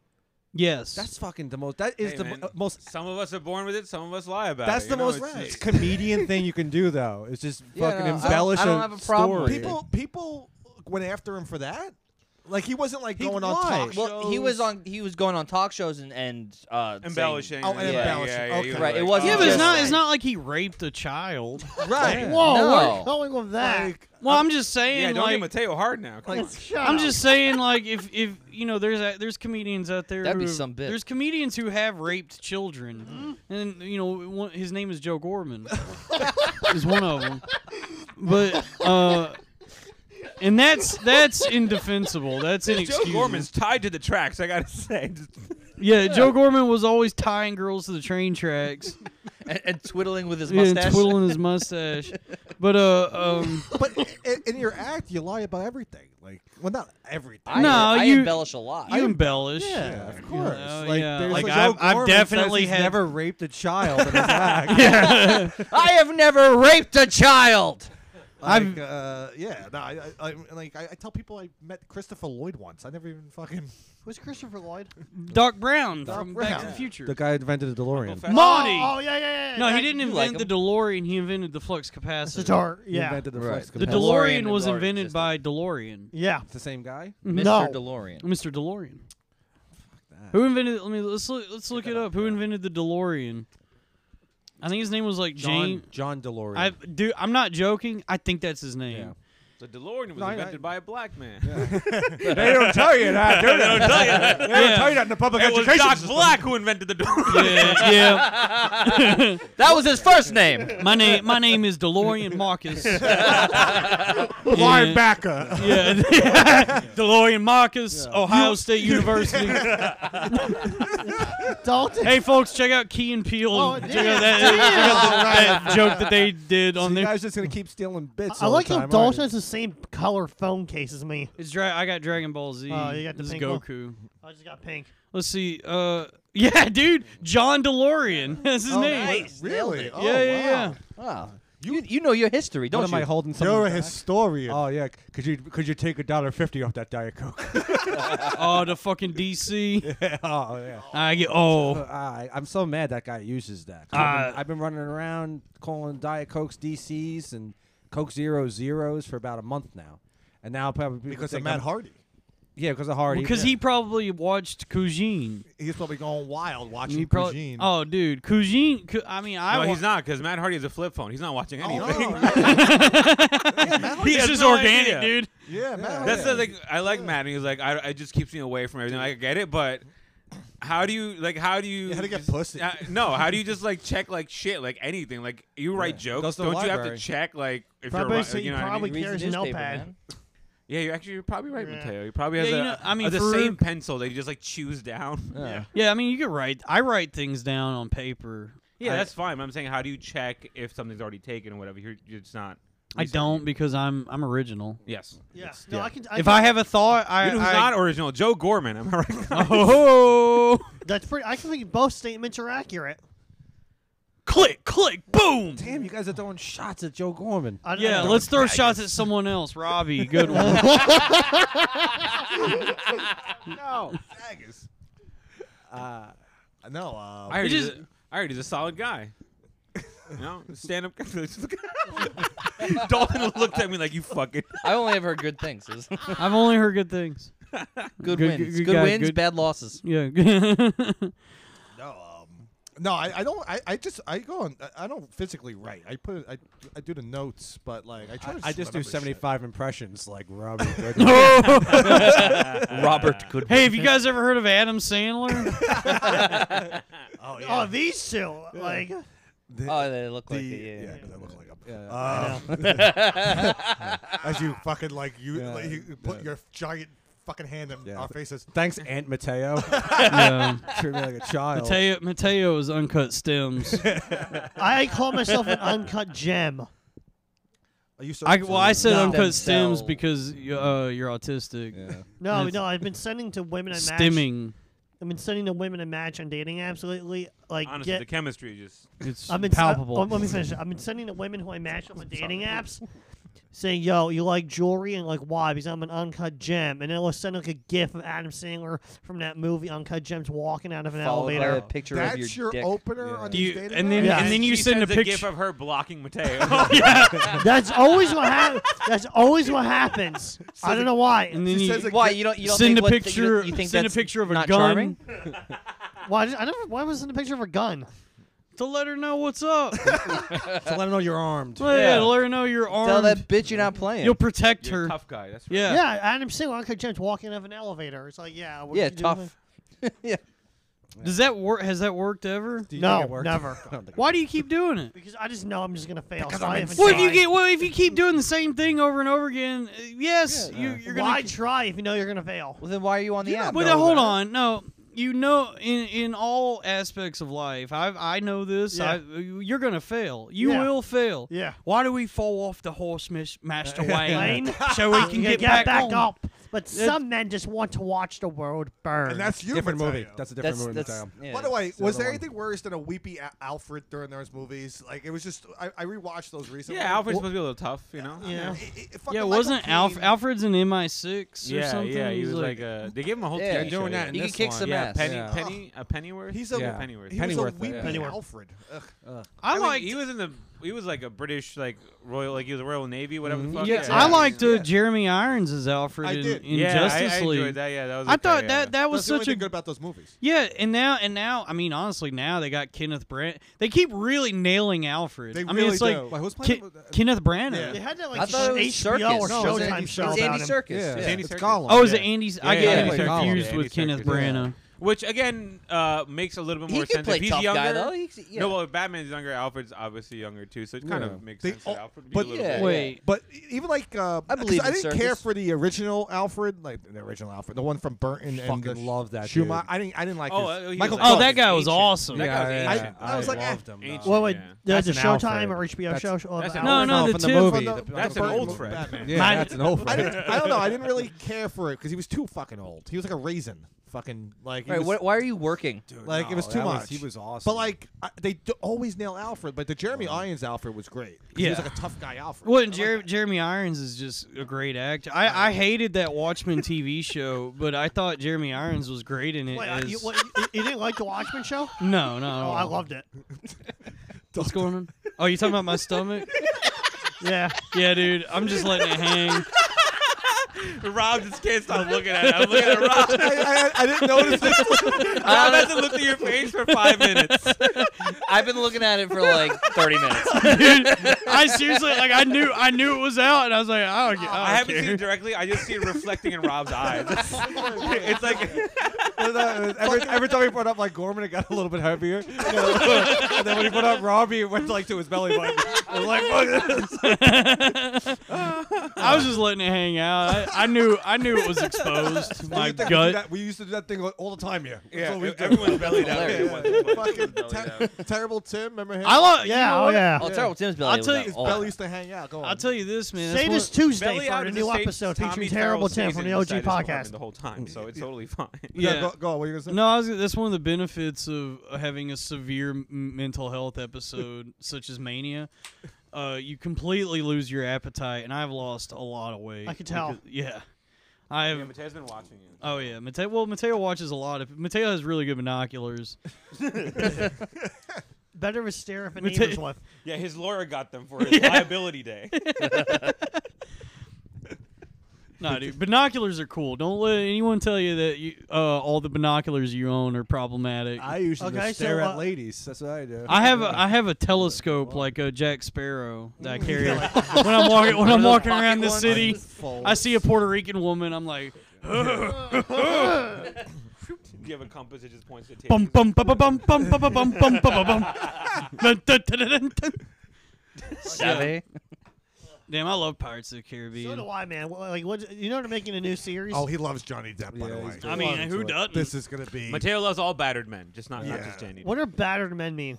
Yes.
That's fucking the most. That is
Hey,
the
man.
mo- uh, most.
Some of us are born with it. Some of us lie about
That's
it.
the
you know,
most
it's- it's-
comedian thing you can do, though. It's just
Yeah, no,
fucking
I don't-
embellish
I don't have a problem.
story.
People people went after him for that. Like he wasn't like
He
going on talk
lied.
shows.
well, he was on. He was going on talk shows and and uh, saying-
embellishing.
Oh, and
yeah,
embellishing.
Yeah, yeah,
Okay.
you were
Right, it
like,
wasn't
oh, yeah,
Oh,
but it's
just-
not. It's not like he raped a child.
right?
Whoa, where
No.
you going with that?
Like,
Well, I'm just saying.
Yeah, don't
like,
give Mateo hard now. Come on.
Shut
I'm
up.
just saying, like, if if you know, there's a, there's comedians out there.
That'd
who
be
have-
some bit.
There's comedians who have raped children,
Mm-hmm.
and you know, one, his name is Joe Gorman, is one of them. But uh, and that's that's indefensible. That's
Joe
inexcusable.
Gorman's tied to the tracks. I gotta say. Just-
yeah, Joe Gorman was always tying girls to the train tracks
and, and twiddling with his
yeah,
mustache.
and twiddling his mustache. But uh, um,
but in, in your act, you lie about everything. Like, well, not everything.
I,
No,
I
you-
embellish a lot.
you embellish.
Yeah, of
You know,
course.
oh,
like,
yeah.
there's
Like,
Joe
I've- I've
Gorman says
definitely
he's
had-
never raped a child in his act.
I have never raped a child.
Like, uh, yeah, no, I, I, I like I, I tell people I met Christopher Lloyd once. I never even fucking.
Who's Christopher Lloyd?
Doc Brown
Doc
from Back to the
Brown.
Future.
The guy who invented the DeLorean.
Uncle
Marty.
Oh, oh, yeah, yeah, yeah.
No,
that-
he didn't
you like
invent the DeLorean. He invented the flux capacitor.
It's art.
He
Yeah.
invented the
Right.
flux
The
capacitor.
DeLorean
DeLorean
was
DeLorean
invented
system.
by DeLorean.
Yeah.
It's the same guy.
Mr.
No.
DeLorean.
Mr. DeLorean. Who invented? Let me let's look, let's look it up. Who invented the DeLorean? I think his name was like James.
John John DeLorean.
I dude, I'm not joking. I think that's his name.
Yeah.
The DeLorean was
No, I-
invented by a black man.
they don't tell you that. Do they? they don't tell you that. They
don't tell you
that in the public
It was Doc Black who invented the DeLorean.
Yeah, yeah.
That was his first name.
My name my name is DeLorean Marcus. Yeah.
Linebacker.
Yeah, DeLorean Marcus, Ohio State University.
Dalton.
hey, folks, check out Key and Peele.
Oh,
check
yeah.
out that, that joke that they did on
You
their
guys just gonna keep stealing bits.
I
all
like how
the time, aren't
Dalton has the same color phone case as me.
It's dra- I got Dragon Ball Z.
Oh, you got the
this is
pink one?
Goku.
I just got pink.
Let's see. Uh, yeah, dude, John DeLorean. That's his name.
Really? Oh,
Yeah, yeah, yeah.
Wow. Ah. You, you know your history,
you?
don't
What am
you?
I holding something?
You're a
back?
historian.
Oh yeah. Could you could you take a dollar fifty off that diet coke?
Oh, the fucking DC.
oh yeah.
I get. Oh,
I, I'm so mad that guy uses that. 'Cause I've, been, I've been running around calling Diet Cokes DCs and Coke Zero Zeros for about a month now, and now probably people
because of
think
Matt
I'm-
Hardy.
Yeah, because of Hardy.
because he probably watched Cousine.
He's probably going wild watching
He prob-
Eugene.
Oh, dude, Cousine. Cou- I mean, I.
No,
wa-
he's not because Matt Hardy has a flip phone. He's not watching
Oh,
anything.
He's
He has
just
no
organic,
idea.
dude.
yeah, Matt Hardy.
That's the thing. I like Matt. And he's like, I, it just keeps me away from everything. I get it, but how do you like? How do you?
You had to get
just-
pussy.
uh, no, how do you just like check like shit, like anything? Like you write
Goes
jokes,
to the
don't you have to
library.
check like if
Probably
you're
so
ri- you
you
know what I
probably
mean?
Reads the
Carries a
newspaper,
nopepad.
man.
Yeah, you actually you're probably right,
Yeah.
Mateo. He probably has
Yeah,
a,
you know, I mean,
a- the
for-
same pencil that you just like chews down. Yeah,
Yeah, I mean, you could write. I write things down on paper. I-
that's fine. But I'm saying, how do you check if something's already taken or whatever? You're, you're just not.
I don't because I'm I'm original.
Yes.
Yeah. No, I can. I
If
can,
I have a thought, I.
You know who's
I-
not original? Joe Gorman. Am I right?
Oh,
that's pretty. I can think both statements are accurate.
click, click, boom.
Damn, you guys are throwing shots at Joe Gorman.
I,
Yeah,
I,
let's throw shots at someone else. Robbie, good one.
No.
No, uh,
I heard,
He
he's,
just-
a, I heard he's a solid guy. You know, stand up. Dalton looked at me like you fucking.
I only ever heard good things. It was-
I've only heard good things.
good
Good-
wins.
good
Good,
guy,
wins,
good-
bad losses.
Yeah.
no. Um, No, I, I don't. I, I just I go on. I, I don't physically write. I put. I, I do the notes, but like I try. to
I just do
remember shit.
75 impressions like Robert. Redford.
Robert Goodwin.
Hey, have you guys ever heard of Adam Sandler?
Oh, these two. Like,
Oh, they look
The-
like it. Yeah.
yeah, they look like a-
Yeah.
Uh, as you fucking like you, like, you you put
yeah.
your giant fucking hand in
Yeah.
our faces.
Thanks, Aunt Mateo.
yeah.
Treat me like a child.
Mateo, Mateo is uncut stems.
I call myself an uncut gem.
Are you so?
I, well, I said
No.
uncut stems
Themsel.
because you- uh, you're autistic.
Yeah.
No,
That's-
no, I've been sending to women I match.
Stimming.
I've been sending to women I match on dating apps lately. Like,
Honestly,
get.
the chemistry is just.
It's
I've been
palpable.
oh, let me finish. I've been sending to women who I match up on dating apps, saying, "Yo, you like jewelry?" and like, "Why?" Because I'm an uncut gem. And then I'll send like a gif of Adam Sandler from that movie, Uncut Gems, walking out of an
Followed by a
elevator.
picture
That's
of your,
your,
dick.
opener
Yeah.
on
Do
these
you-
dating
and then-
Yeah.
and then you
she
send a
sends gif
picture-
of her blocking Mateo.
That's always what happens. That's always what happens. I don't know why.
and then
She
you
says it-
Why you don't you don't
send
think
a
what- you
picture.
don't- you think
send a
that's
picture of a
not
gun
charming?
Why? did- I never. Why was in the picture of a gun?
to let her know what's up.
So let him know you're armed.
Well, yeah,
Yeah.
let her know you're armed.
Tell that bitch you're not playing.
You'll protect
You're
her.
a tough guy. That's right.
Yeah.
Yeah, Adam Sandler, Uncut Gems, walking out of an elevator. It's like, yeah, what
yeah,
you doing?
tough. yeah.
Does that work? Has that worked ever?
Do you think it
No,
worked?
never.
Why do you keep doing it?
Because I just know I'm just gonna fail.
Because
so I
I'm
haven't
Well, if you
tried.
get well, if you keep doing the same thing over and over again, uh, yes, you, you're gonna.
Why try if you know you're gonna fail?
Well, then why are you on the app?
But then hold on, no, you know, in in all aspects of life, I I know this.
Yeah.
I, you're gonna fail. You
Yeah.
will fail.
Yeah.
Why do we fall off the horse, Miss Master Wayne?
Wayne?
so we can
You
get,
back,
on.
up. But some men just want to watch the world burn.
and that's you.
Different movie.
Mateo.
That's a different
That's
movie.
that's.
Mateo.
yeah.
By the way,
it's the
was
other
there
one.
anything worse than a weepy Al- Alfred during those movies? Like it was just I, I rewatched those recently.
Yeah, Alfred's supposed to be a little tough, you know.
yeah.
It- it- fucking
Yeah,
Michael
wasn't Alf-
Caine-
Alfred's an MI6 or
Yeah,
something?
yeah, he
He's
was like, uh, they gave him a whole
Yeah,
TV
doing
show,
that
yeah.
in
He can
this
kick
one.
some
yeah,
ass.
Penny,
Yeah.
Penny, a Pennyworth.
He's a
Yeah.
Pennyworth.
he
Pennyworth,
was a weepy
yeah.
Pennyworth.
Alfred. Ugh.
I,
I like
liked.
he was in the he was like a British like royal like he was a Royal Navy whatever the fuck.
yeah,
yeah.
I liked uh,
Yeah.
Jeremy Irons as Alfred
I
in,
did.
in
yeah,
Justice
I, I
League.
enjoyed that. Yeah, that was.
I
okay,
thought
yeah.
that that was
That's the only
such a
thing good about those movies.
yeah, and now and now I mean honestly now they got Kenneth Branagh. They keep really nailing Alfred.
They
I mean
really
it's
do.
like
Wait, who's
Ke-
playing? the-
Kenneth Branagh.
They had that
I
like
thought it was
HBO or
Circus.
No, it was
Showtime
Andy-
show
it
It's
about
Andy
him.
Circus.
Yeah.
yeah.
It's
Andy Serkis.
Gollum.
Oh, is
Yeah.
it Andy's? I
Yeah,
get
Andy
him
Serkis,
confused
yeah,
with
Andy
Kenneth
Serkis,
Branagh.
Which again uh, makes a little bit
He
more
can
sense.
play
if he's
tough
younger,
guy though. He's, yeah.
No, well, Batman's younger. Alfred's obviously younger too, so it kind
Yeah.
of makes
They
sense.
all-
that Alfred would
but-
be a little
Yeah.
bit-
Wait,
But e- even like uh, 'cause
believe
I
in
didn't care
circus.
for the original Alfred, like the original Alfred, the one from Burton and
Fucking
the
love that
Schumacher.
dude.
I didn't I didn't like
Oh,
his-
uh, he
Michael
was
oh,
Cullen.
that
Cullen.
guy was
Ancient.
awesome.
That guy was
Yeah,
ancient.
I,
I was like, eh.
loved him.
Ancient.
though.
Well, wait,
Yeah.
there's
That's
a
an
Showtime or
Alfred.
HBO
That's-
show. show
that's
about
an
No,
Alfred.
no,
Alfred
the
Oh, from
two-
From
movie.
the-
the-
That's
the
an
Burton
old
movie.
Fred.
Batman.
Yeah,
Yeah, that's an old
I,
Fred.
didn't, I don't know. I didn't really care for it because he was too fucking old. He was like a raisin, fucking like. he
Wait,
was-
why- why are you working?
Like, it was too
that
much.
Oh, he was awesome.
But like I, they d- always nail Alfred, but the Jeremy Irons Alfred was great. 'cause he was
Yeah.
like a tough guy Alfred.
Well,
I
and
like
Jer-
that.
Jeremy Irons is just a great actor. I, I hated that Watchmen TV show, but I thought Jeremy Irons was great in it.
Wait,
as-
you, what, you, you didn't like the Watchmen show?
no, no.
Oh, I loved it.
What's going on? Oh, you talking about my stomach?
Yeah.
yeah, dude. I'm just letting it hang.
Rob just can't stop looking at it. I'm looking at Rob.
I, I, I didn't notice this.
Rob hasn't looked at your face for five minutes.
I've been looking at it for like 30 minutes.
Dude, I seriously like. I knew. I knew it was out, and I was like, I don't, get, I don't
I haven't
care.
seen it directly. I just see it reflecting in Rob's eyes. it's like
uh, every, every time he brought up like Gorman, it got a little bit heavier. and then when he brought up Robbie, it went like to his belly button. I was like, fuck this.
I was just letting it hang out. I, I knew. I knew it was exposed. My
We used to do
gut.
that- we used to do that thing all the time here.
yeah, e-,
That's what we did.
everyone's belly down.
Hilarious.
Everyone's
fucking
belly
ter-
down.
terrible Tim. Remember him?
I love.
Yeah. Oh, yeah.
Oh, terrible Tim's belly.
I'll
was
tell
out
you, his
all-
Bell used to hang out. Go on.
I'll tell you this, man.
Say
That's
this
one-
Tuesday
Belly
for
out
a
is
new
the same
episode
Tommy
featuring
Terrell
Terrible Tim
season
from the OG
inside his apartment
podcast.
The whole time, so it's totally fine.
No,
yeah.
go, go on. What are you gonna say?
No, I was, that's one of the benefits of having a severe m- mental health episode such as mania. Uh, you completely lose your appetite, and I've lost a lot of weight.
I can tell.
because- yeah, I
Yeah,
have.
Mateo's been watching you.
Oh yeah, Mateo. Well, Mateo watches a lot of. Mateo has really good binoculars.
Better of a stare if a
Mate-
neighbor's wife.
Yeah, his lawyer got them for his liability day.
No, dude, binoculars are cool. Don't let anyone tell you that you, uh, all the binoculars you own are problematic.
I usually just
Okay, so,
stare at
uh,
ladies. That's what I do.
I have a, I have a telescope like a Jack Sparrow that I carry when I'm walking when I'm walking around the city. I see a Puerto Rican woman. I'm like
Do you have a compass that just points to
bum
tape?
bum bum bum bum bum bum bum bum bum bum. Dun, dun, dun, dun, dun, dun.
Savvy.
Damn, I love Pirates of the
So do
Caribbean.
I, man. Well, Like, what? You know they're making a new series.
Oh, he loves Johnny Depp, by
Yeah, he's
the
good.
way.
I mean, who
This
doesn't?
is gonna be.
Mateo loves all battered men, just not not
Yeah.
just Danny.
what are battered men mean?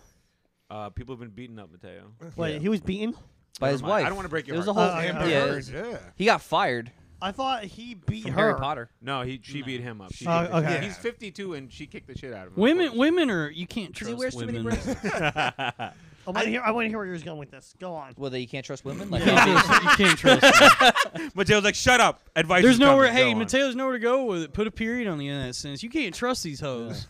Uh, people have been beaten up, Mateo.
Wait, he was beaten.
By
Never
his
mind.
wife.
I don't wanna break your
There was a
heart.
whole.
Oh,
Amber
yeah,
Heard, yeah.
he got fired
I thought he beat
from
her.
Harry Potter.
No, he she beat him up. She
Oh,
kicked his-
okay.
He's 52 and she kicked the shit out of him.
Women, women are you can't
Because
trust
he wears too many
women.
rings.
I want to hear. I want to hear where you're going with this. Go on.
Well, that you can't trust women. Like,
You can't trust- you can't trust. Them.
Mateo's like, shut up. Advice.
There's
is
nowhere.
coming. Go
Hey,
on." Oh,
Mateo's nowhere to go with it. Put a period on the end of that sentence. You can't trust these hoes.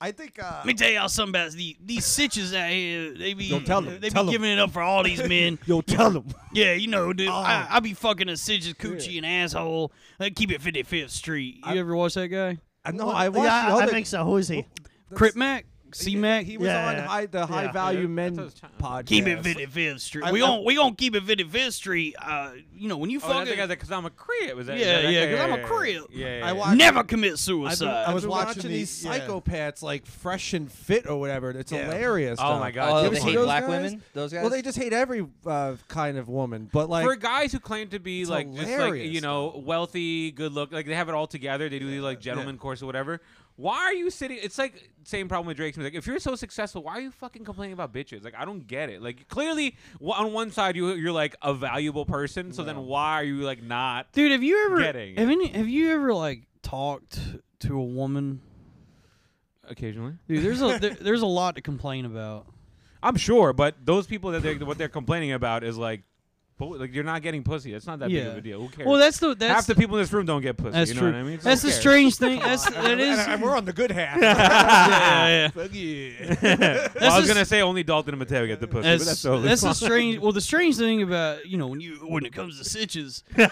I think. Uh,
Let me tell y'all something about these these sitches out here. They be
Yo, tell 'em,
they be
tell 'em.
giving it up for all these men.
Yo, tell them.
yeah, you know, dude. I,
Oh.
I be fucking a sitch's coochie and asshole. I keep it 55th Street. You ever watch that guy?
I know. I watched
yeah,
the
I
other.
think so. Who is he?
Crip Mac, C Mac.
He was
Yeah,
on
yeah,
high, the High
yeah.
Value Men
what I was trying-
podcast.
Keep it 55th Street.
I-
we
I-
gon' we gonna keep it 55th Street. Uh, you know when you
Oh, that's
fucking
the guy that, cause I'm a crib. Was that? is
Yeah,
that that
yeah,
guy?
'cause I'm a
yeah,
crib.
Yeah, yeah,
I
yeah.
watched.
never commit
I've been-
suicide.
I was
I've been
watching,
watching
these
these- yeah.
psychopaths like fresh and fit or whatever. It's hilarious.
Oh
though.
my God,
Oh,
You
yeah,
ever
they
see
hate
those
black
guys?
women. Those guys.
Well, they just hate every uh, kind of woman. But like,
for guys who claim to be
It's
like just like you
hilarious,
know wealthy, good look, like they have it all together. They do the like gentleman course or whatever. Why are you sitting? It's like same problem with Drake's music. If you're so successful, why are you fucking complaining about bitches? Like I don't get it. Like clearly, wh- on one side you you're like a valuable person, so then why are you like not?
Dude, have you ever
Getting
have
it.
any, have you ever like talked to a woman?
Occasionally,
Dude, there's a there, there's a lot to complain about.
I'm sure, but those people that they what they're complaining about is like. bu- Like you're not getting pussy. That's not that big
Yeah.
of a deal. Who cares?
Well, that's the that's
half the people in this room don't get pussy.
that's
you know
true.
what I mean? So
that's
who
the
cares?
strange thing. That's that is.
And, and we're on the good half.
yeah, yeah, yeah.
Well, I was
just-
gonna say only Dalton and Mateo get the pussy, but that's
That's,
totally
that's
fine.
the strange. Well, the strange thing about you know when you when it comes to sitches, we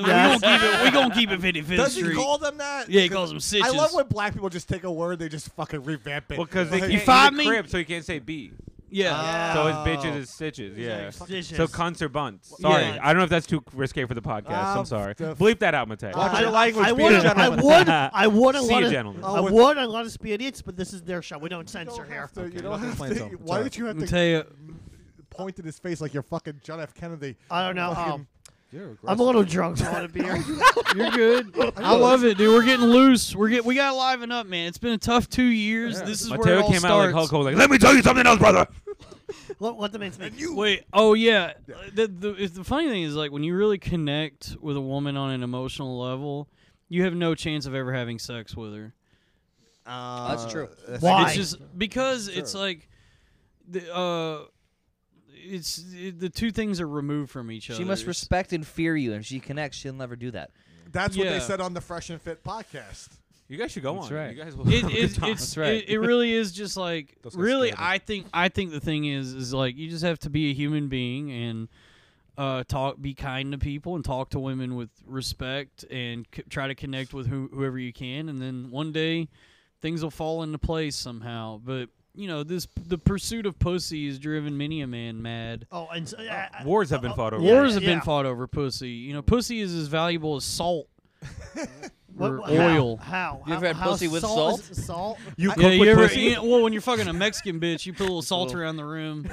gonna keep it. We gonna keep it fifty fifth
Does he
street.
call them that?
Yeah, he calls them sitches.
I love when black people just take a word, they just fucking revamp it.
Well, because
Like,
they
You
can't
find
he's
me?
a crib, so you can't say B.
yeah.
So it's
Oh.
bitches is stitches. Yeah.
Dishes.
So cunts or bunts. Sorry,
Yeah.
I don't know if that's too risque for the podcast.
Um,
I'm sorry.
the-
Bleep that out, Mateo.
Watch
I-
your language,
I
be a
would. I
gentleman.
would. I would.
See you, gentlemen.
I
Oh, with-
would let us be idiots, but this is their show. We don't
You
censor
don't
here.
have to- you
nothing
don't have
planned
to.
till-
Why
sorry.
did you have
I'll
to
tell you,
point in his face like you're fucking John F. Kennedy?
I don't know.
Fucking-
Um, I'm a little drunk. So I want to be here.
you're good. I love it, dude. We're getting loose. We're get we got to liven up, man. It's been a tough two years. This is where it
Mateo
all
came out like
starts.
Hulk Hogan. Like, Let me tell you something else, brother.
let, let the man speak.
Wait, oh yeah. The, the, it's- the funny thing is, like, when you really connect with a woman on an emotional level, you have no chance of ever having sex with her.
Uh,
That's true.
Why?
It's just because it's like, the, uh, it's it, the two things are removed from each other.
She must
It's-
respect and fear you, and if she connects, she'll never do that.
That's what they
Yeah.
said on the Fresh and Fit podcast.
You guys should go
That's
on.
right.
You guys will.
It,
have a good
it,
time.
it's,
That's right.
it, it really is just like
Those guys
really
scared him.
I think I think the thing is is like you just have to be a human being and uh, talk be kind to people and talk to women with respect and c- try to connect with who, whoever you can and then one day things will fall into place somehow but you know this the pursuit of pussy has driven many a man mad
Oh, and so, yeah, I-
Wars have been fought over.
wars have
yeah.
been fought over pussy you know pussy is as valuable as salt
what-
or
what- how-
oil
How?
You ever
How-
had
how
pussy with
salt? is- Salt.
You
Yeah,
cook
you
with
ever,
pussy.
you know, well, when you're fucking a Mexican bitch, you put a little salt around the room.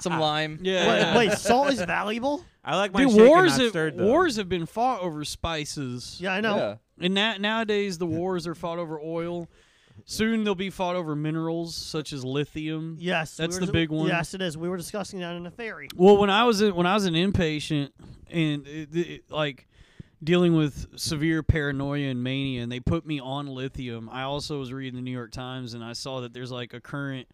Some lime.
Yeah.
Wait, wait, salt is valuable?
I like my
Dude,
shaken,
wars
not
have,
stirred, though.
wars have been fought over spices.
Yeah, I know.
Yeah.
And na- nowadays, the wars are fought over oil. Soon they'll be fought over minerals such as lithium.
Yes, we
That's
were
the
dis-
big one.
Yes, it is. We were discussing that in the ferry.
Well, when I was in, when I was an inpatient and it, it, like dealing with severe paranoia and mania, and they put me on lithium. I also was reading the New York Times, and I saw that there's like a current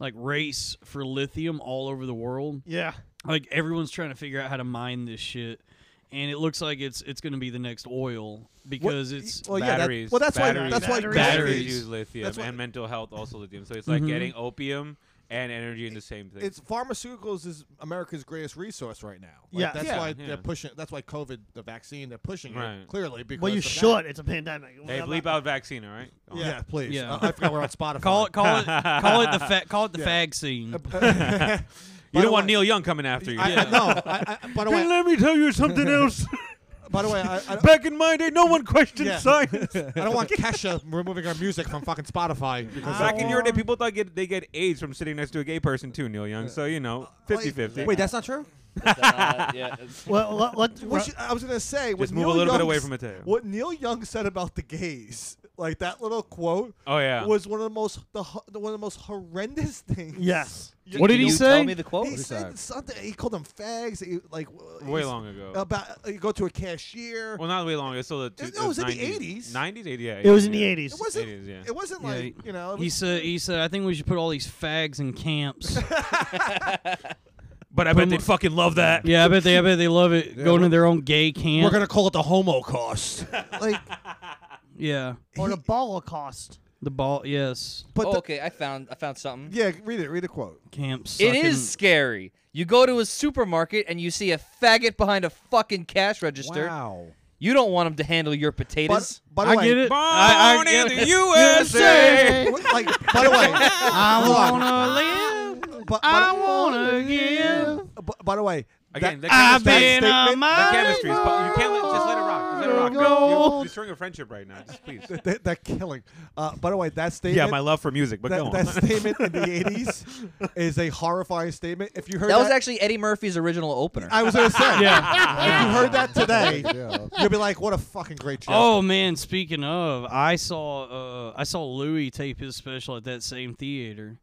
like race for lithium all over the world.
Yeah.
like everyone's trying to figure out how to mine this shit and it looks like it's it's going to be the next oil because it's
Oh,
well, yeah, that-
batteries.
well, that's why.
batteries,
That's why.
Batteries.
batteries Mm-hmm.
Batteries.
use lithium
That's why-
and mental health also lithium. So it's like
Mhm.
getting opium and energy in the same thing.
It's pharmaceuticals is America's greatest resource right now. Like,
Yeah.
that's
Yeah,
why
yeah.
they're pushing. That's why COVID, the vaccine, they're pushing
Right.
it clearly because.
Well, you
of that.
should. It's a pandemic.
hey,
I'm
bleep
not-
out vaccine, all right? Oh.
Yeah, please.
Yeah.
Uh, I forgot we're on Spotify.
Call it, call it, call it the fa- call it the fag scene.
You
By the
don't want
way-
Neil Young coming after you.
I, I, no, I, I, by the way,
let me tell you something else.
by the way, I, I,
Back in my day, no one questioned
Yeah.
science.
I don't want Kesha removing our music from fucking Spotify because
Back in your day, people thought get, they get AIDS from sitting next to a gay person too, Neil Young. So you
Uh,
know, 50-50.
Wait, that's not true.
yeah, it's-
Well, let, let,
We should- I was gonna say, what
Just move a
Neil
little bit
Young
away
s-
from it, too.
What Neil Young said about the gays, like that little quote,
oh yeah.
was one of the most the, ho- the one of the most horrendous things.
yes.
What did
Can
he
you
say?
Tell me the quote.
he said something. He called them fags. He, like w-
way
he's-
long ago.
About you go to a cashier.
well, not way long. It's still the two,
It- uh, no, it was in the
90s.
80s.
90s, 80s, yeah.
It was in the
yeah.
eighties.
it wasn't.
it is, yeah.
It wasn't
Yeah,
like
he-
you know. it
He
was-
said, he said, I think we should put all these fags in camps.
But I bet they'd fucking love that.
yeah, I bet they, I bet they love it. going to their own gay camp.
call it the homocaust.
like,
yeah,
Or the Holocaust.
the ball. Yes,
but
Oh,
the-
okay, I found I found something.
yeah, read it. Read the quote.
camps.
It is scary. You go to a supermarket and you see a faggot behind a fucking cash register.
Wow.
You don't want him to handle your
But,
potatoes.
by the
I
way,
get it.
Born
I, I,
in the
USA.
USA.
w- Like by the way,
I
Hold on.
wanna live.
bu- by,
I
the-
wanna give.
bu- by the way,
Again,
that-
that
I've
chemistry-
been a
statement-
The
mind
chemistry is. po- You can't let, just let it rock. Just let it rock.
Go.
You're destroying a friendship right now. Just please.
that, that killing. Uh, by the way, that statement.
yeah, my love for music, but go
that,
on.
that statement in the '80s is a horrifying statement. If you heard
that
that,
was actually Eddie Murphy's original opener.
I was gonna say,
Yeah.
if you heard that today,
Yeah.
you'd be like, "What a fucking great show!"
Oh man, speaking of, I saw uh, I saw Louis tape his special at that same theater.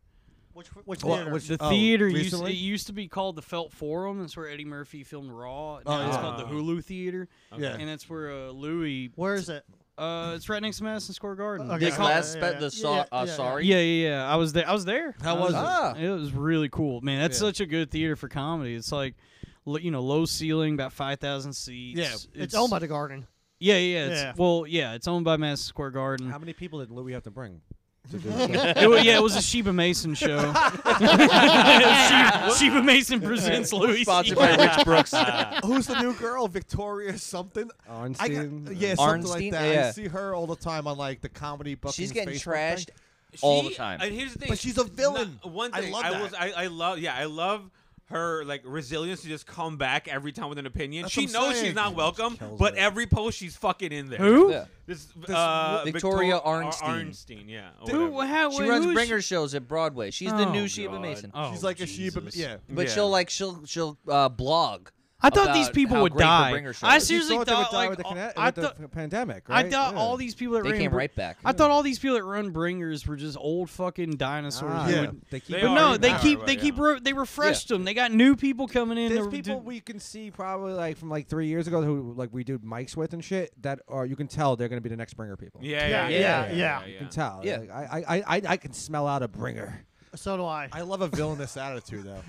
Which which
What-
theater?
which-
The
Oh,
theater used it
recently?
used to be called the Felt Forum. That's where Eddie Murphy filmed Raw. Now
Oh,
it's
yeah.
called the Hulu Theater,
yeah.
and that's where uh, Louis.
Where is it?
Uh, it's right next to Madison Square Garden.
Okay.
They
this
call-
last
yeah,
spe-
yeah.
the so-
Yeah,
uh,
yeah, yeah.
sorry.
Yeah, yeah, yeah. I was there. I was there.
How
I
was it?
Ah.
It was really cool, man. That's
Yeah.
such a good theater for comedy. It's like, lo- you know, low ceiling, about five thousand seats.
Yeah.
It's, owned by the Garden.
Yeah, yeah, it's,
Yeah.
Well, yeah, it's owned by Madison Square Garden.
How many people did Louis have to bring? To do this?
It wa- yeah, it was a Sheba Mason show. Sheba, Sheba Mason presents Louis.
Sponsored
C.K.
by Rich Brooks.
Who's the new girl? Victoria something? I got,
Arnstein?
yeah, something like
Arnstein?
that. I
Yeah.
see her all the time on like the comedy book.
She's getting
Facebook
trashed
thing.
all
She-
the time.
And here's the thing,
But she's a villain.
No, one
I
thing
love that.
was, I, I love, yeah, I love her like resilience to just come back every time with an opinion.
That's
she
what I'm
knows she's
saying.
not welcome,
Kills
but
it.
every post she's fucking in there.
Who?
Yeah.
This, uh,
Victoria
Victor- Ar-
Arnstein.
Arnstein, yeah. or
Who-
whatever.
how-
She
who
runs
is
bringer shows at Broadway. She's the
Oh,
new Sheba
God.
Mason.
Oh,
She's like a Sheba.
Jesus.
Yeah.
But
Yeah.
she'll like she'll she'll uh, blog.
I thought
about
these people
how
would
great her
die.
bringer show
I
is.
seriously
You
thought,
thought they
like
would die with the,
all-
cana-
I
with the
thought
f- pandemic,
I
right?
thought
Yeah.
all these people that
They
ran
came
br-
right back.
I thought all these people that run bringers were just old fucking dinosaurs.
Ah,
who
Yeah.
would-
They keep
They
But
are
no,
in
they
power,
keep
right,
they keep
yeah.
re- they refreshed them. They got new people coming in.
There's
that
people
do-
we can see probably like from like three years ago who like we do mics with and shit that are you can tell they're gonna be the next bringer people.
Yeah, yeah,
Yeah,
yeah,
yeah,
yeah,
yeah.
yeah,
You
yeah.
can tell.
Yeah.
Like, I, I, I, I can smell out a bringer.
So do I.
I love a villainous attitude though.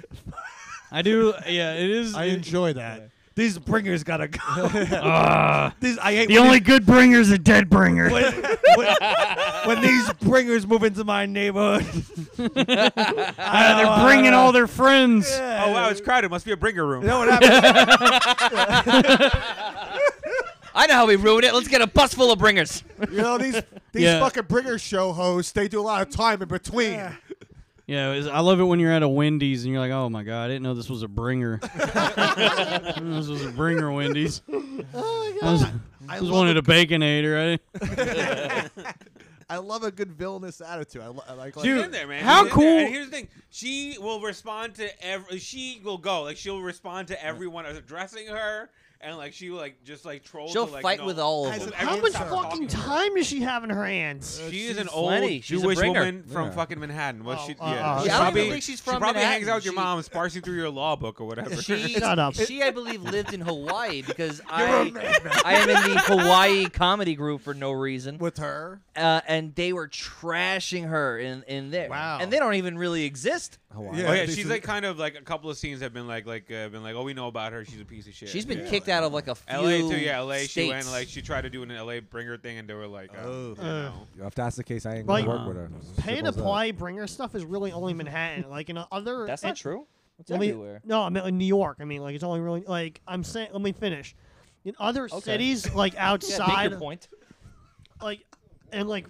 I do. Yeah, it is.
I
it-
enjoy that.
These bringers gotta go.
Ah,
these I hate
the only good bringer is a dead bringer.
when, when these bringers move into my neighborhood.
Ah, they're bringing all their friends.
Oh wow, it's crowded. Must be a bringer room.
You know what happens?
I know how we ruined it. Let's get a bus full of bringers.
You know these these
Yeah.
fucking bringer show hosts. They do a lot of time in between.
Yeah, it was- I love it when you're at a Wendy's and you're like, "Oh my god, I didn't know this was a bringer. I didn't know this was a bringer Wendy's. I just,
I
just
love
wanted a baconator. I,
I love a good villainous attitude. I, lo- I like, like
Dude,
She's in there, man.
how
She's in there.
cool-
And here's the thing: she will respond to every. She will go like she'll respond to everyone addressing her, and like she will like just like troll.
She'll
to, like,
fight
no-
with all of
Guys,
them.
How
everyone
much
stop
fucking
talking to her.
time does she have in her hands?
She is
Uh, She's
an old
plenty. She's a
Jewish
bringer.
woman from
Yeah.
fucking Manhattan. What
Oh,
she? yeah,
uh, uh,
she
I don't
probably,
even
think she's
she
from
probably hangs
Manhattan.
out with your
She-
mom, parsing through your law book or whatever.
She,
Shut up.
She, I believe, lived in Hawaii because I, I am in the Hawaii comedy group for no reason,
with her.
uh, and they were trashing her in in there.
Wow.
And they don't even really exist.
Hawaii.
Yeah,
oh yeah,
they
she's
said-
like kind of like a couple of scenes have been like like uh, been like oh we know about her she's a piece of shit.
She's been
Yeah.
kicked out of like a few
L.A. too, yeah. L.A.
States.
She went like she tried to do an L.A. bringer thing, and they were like, uh,
Oh.
you
Uh.
know.
If that's the case, I ain't
Like,
gonna work with her.
Pay to
Simple's that.
play bringer stuff is really only Manhattan. like in other
That's
it-
not true. It's
let me-
everywhere.
no, I mean in New York. I mean, like it's only really like I'm saying. Let me finish. In other cities, like
Yeah, make
outside,
your point.
like and like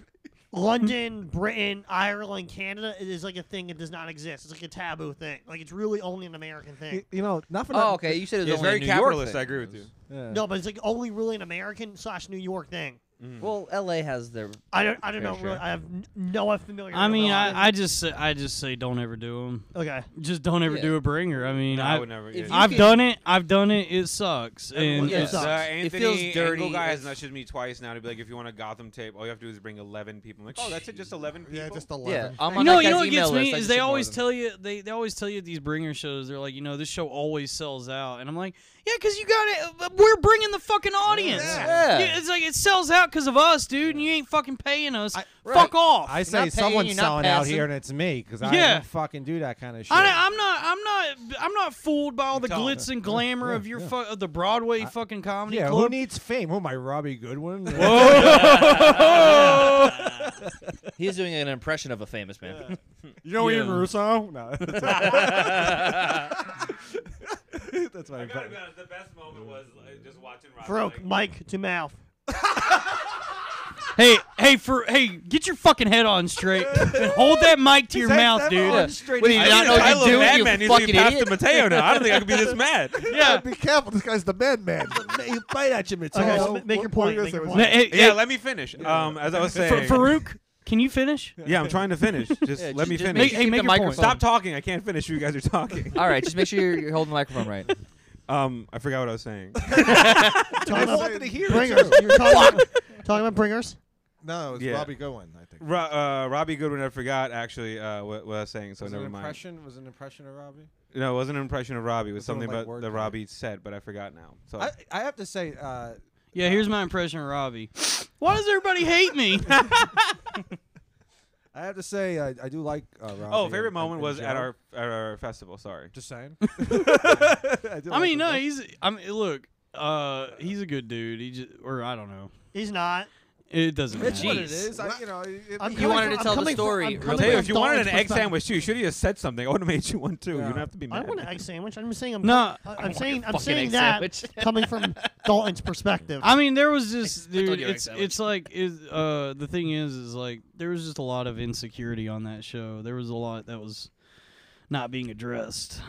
London, Britain, Ireland, Canada, it is like a thing. It does not exist. It's like a taboo thing. Like it's really only an American
You,
thing.
you know, nothing.
Oh, okay. You said it was
It's
only a
very
New York
capitalist.
thing.
I agree with you.
Yeah.
No, but it's like only really an American slash New York thing.
Well, L.A. has their.
I don't. I don't
Fair
know.
share.
Really, I have n- no familiarity.
I mean,
with
I, I just say, I just say don't ever do them.
it. okay.
Just don't ever
Yeah.
do a bringer. I mean,
No, I,
I,
would never.
if
yeah.
you-
I've
can-
done it. I've done it. It sucks.
Everyone
And
does.
it's-
Yes.
Uh,
sucks. It
Anthony,
feels
Angle
dirty.
guy has
It's-
nudged me twice now to be like, if you want a Gotham tape, all you have to do is bring 11 people. I'm like, oh, that's it, just 11 people.
Yeah, just
Yeah,
eleven.
I'm
You
on
know,
that
you know
guy's
what
email
gets me
list. I
is
just
they
ignored
always
him.
tell you they, they always tell you at these bringer shows they're like you know this show always sells out and I'm like yeah because you got it uh, we're bringing the fucking audience
Yeah.
Yeah, it's like it sells out because of us dude and you ain't fucking paying us fuck
right.
off
I
I,
say
not paying,
someone's
you're not
selling out
passing.
here, and it's me because I
Yeah.
don't fucking do that kind of shit.
I am not I'm not I'm not fooled by all the
Tell 'em.
glitz and glamour of your fu- of the Broadway fucking comedy
yeah, who
club
needs fame? Who am I, Robbie Goodwin?
He's doing an impression of a famous man.
You know
Yeah.
Ian Russo? No. That's my
be honest, the best moment was like, just watching Rob.
Broke Mike to mouth.
hey hey for hey get your fucking head on straight and hold that mic to your mouth dude
Straight
What do you
I
not know
I
what
love
you're
Mad
doing?
Men
You
needs to be
fucking
passed to
idiot.
Mateo now. I don't think I could be this mad.
yeah.
Be careful, this guy's the madman. he bite at you, Oh, Mateo.
Okay, so ma- make your point, make your point.
Hey,
Yeah,
hey,
let me finish. Um, as I was
Fa-
saying,
Farouk can you finish
yeah, I'm trying to finish. Just
Yeah,
let me
just
finish.
Hey,
Make,
hey, make
keep the
your point.
microphone.
Stop talking. I can't finish. You guys are talking.
All right, just make sure you're, you're holding the microphone right.
Um, I forgot what I was saying.
Talking about
to hear
bringers. You're talking about, talking about bringers.
No, it's
Yeah.
Robbie Goen, I think.
Ro- uh, Robbie Goodwin, I forgot actually uh, what, what I was saying, so
was
never
an
mind.
impression? Was an impression of Robbie?
No, it wasn't an impression of Robbie. It was
Was it
something
like
about
word
that
play?
Robbie said, but I oh, forgot now. So
I, I have to say, uh,
Yeah, here's my impression of Robbie. Why does everybody hate me?
I have to say, I, I do like uh, Robbie.
oh, favorite
and-
moment
and
was at
Joe.
our at our festival. Sorry.
Just saying. do
I
like
mean, no,
them
he's. I mean, look, uh, he's a good dude. He just, or I don't know.
He's not.
It doesn't
both. It's what
matter.
it is. I, you know, it-
I'm
it-
You
coming
wanted
from-
to tell
I'm
the
coming from-
story,
I'm
really
coming
Tell you,
from
if you wanted an
Dalton's
egg
perspective.
sandwich too, you should have just said something. I would have made you one too. You don't
Yeah.
have to be
I
mad.
don't want an egg sandwich. I'm just saying. I'm
No.
I- I'm saying. I'm
fucking
saying
egg
that
sandwich.
coming from Dalton's perspective.
I mean, there was just,
on
dude.
your
It's
sandwich.
it's like is uh the thing is is like there was just a lot of insecurity on that show. There was a lot that was not being addressed.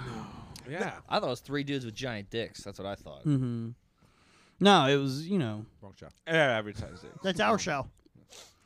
yeah.
I thought it was three dudes with giant dicks. That's what I thought.
Mm-hmm. No, it was you know
Wrong shot.
Yeah, advertised it.
That's our show.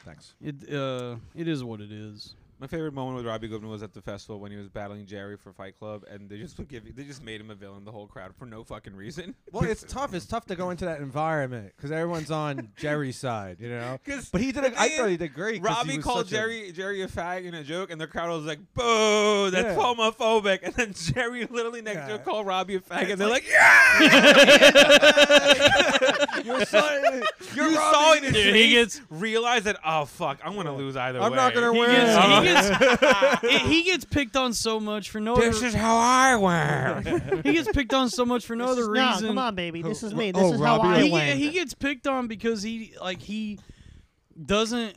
Thanks.
it uh it is what it is.
My favorite moment with Robbie Goodwin was at the festival when he was battling Jerry for Fight Club, and they just would give, they just made him a villain the whole crowd for no fucking reason.
Well, it's tough. It's tough to go into that environment because everyone's on Jerry's side, you know.
'Cause
But he did.
the
A, I
thing
thought
is,
he did great. 'cause he
Robbie
was
called
such a-
Jerry Jerry a fag and a joke, and the crowd was like, "Boo, that's
Yeah.
homophobic!" And then Jerry literally next
Yeah.
to called Robbie a fag, and they're like, "Yeah!"
You're sorry.
you saw it in his
Dude, he
face,
gets-
realized that. Oh fuck, I'm gonna lose either
I'm
way.
not gonna
He
win.
He
gets- he
gets,
gets-
it- he gets picked on so much for no
this
other,
is how I win.
he gets picked on so much for no
This
other
is- nah,
reason.
come on, baby. This is me. This
oh,
is
Robbie
how I
he,
win.
he gets picked on because he like he doesn't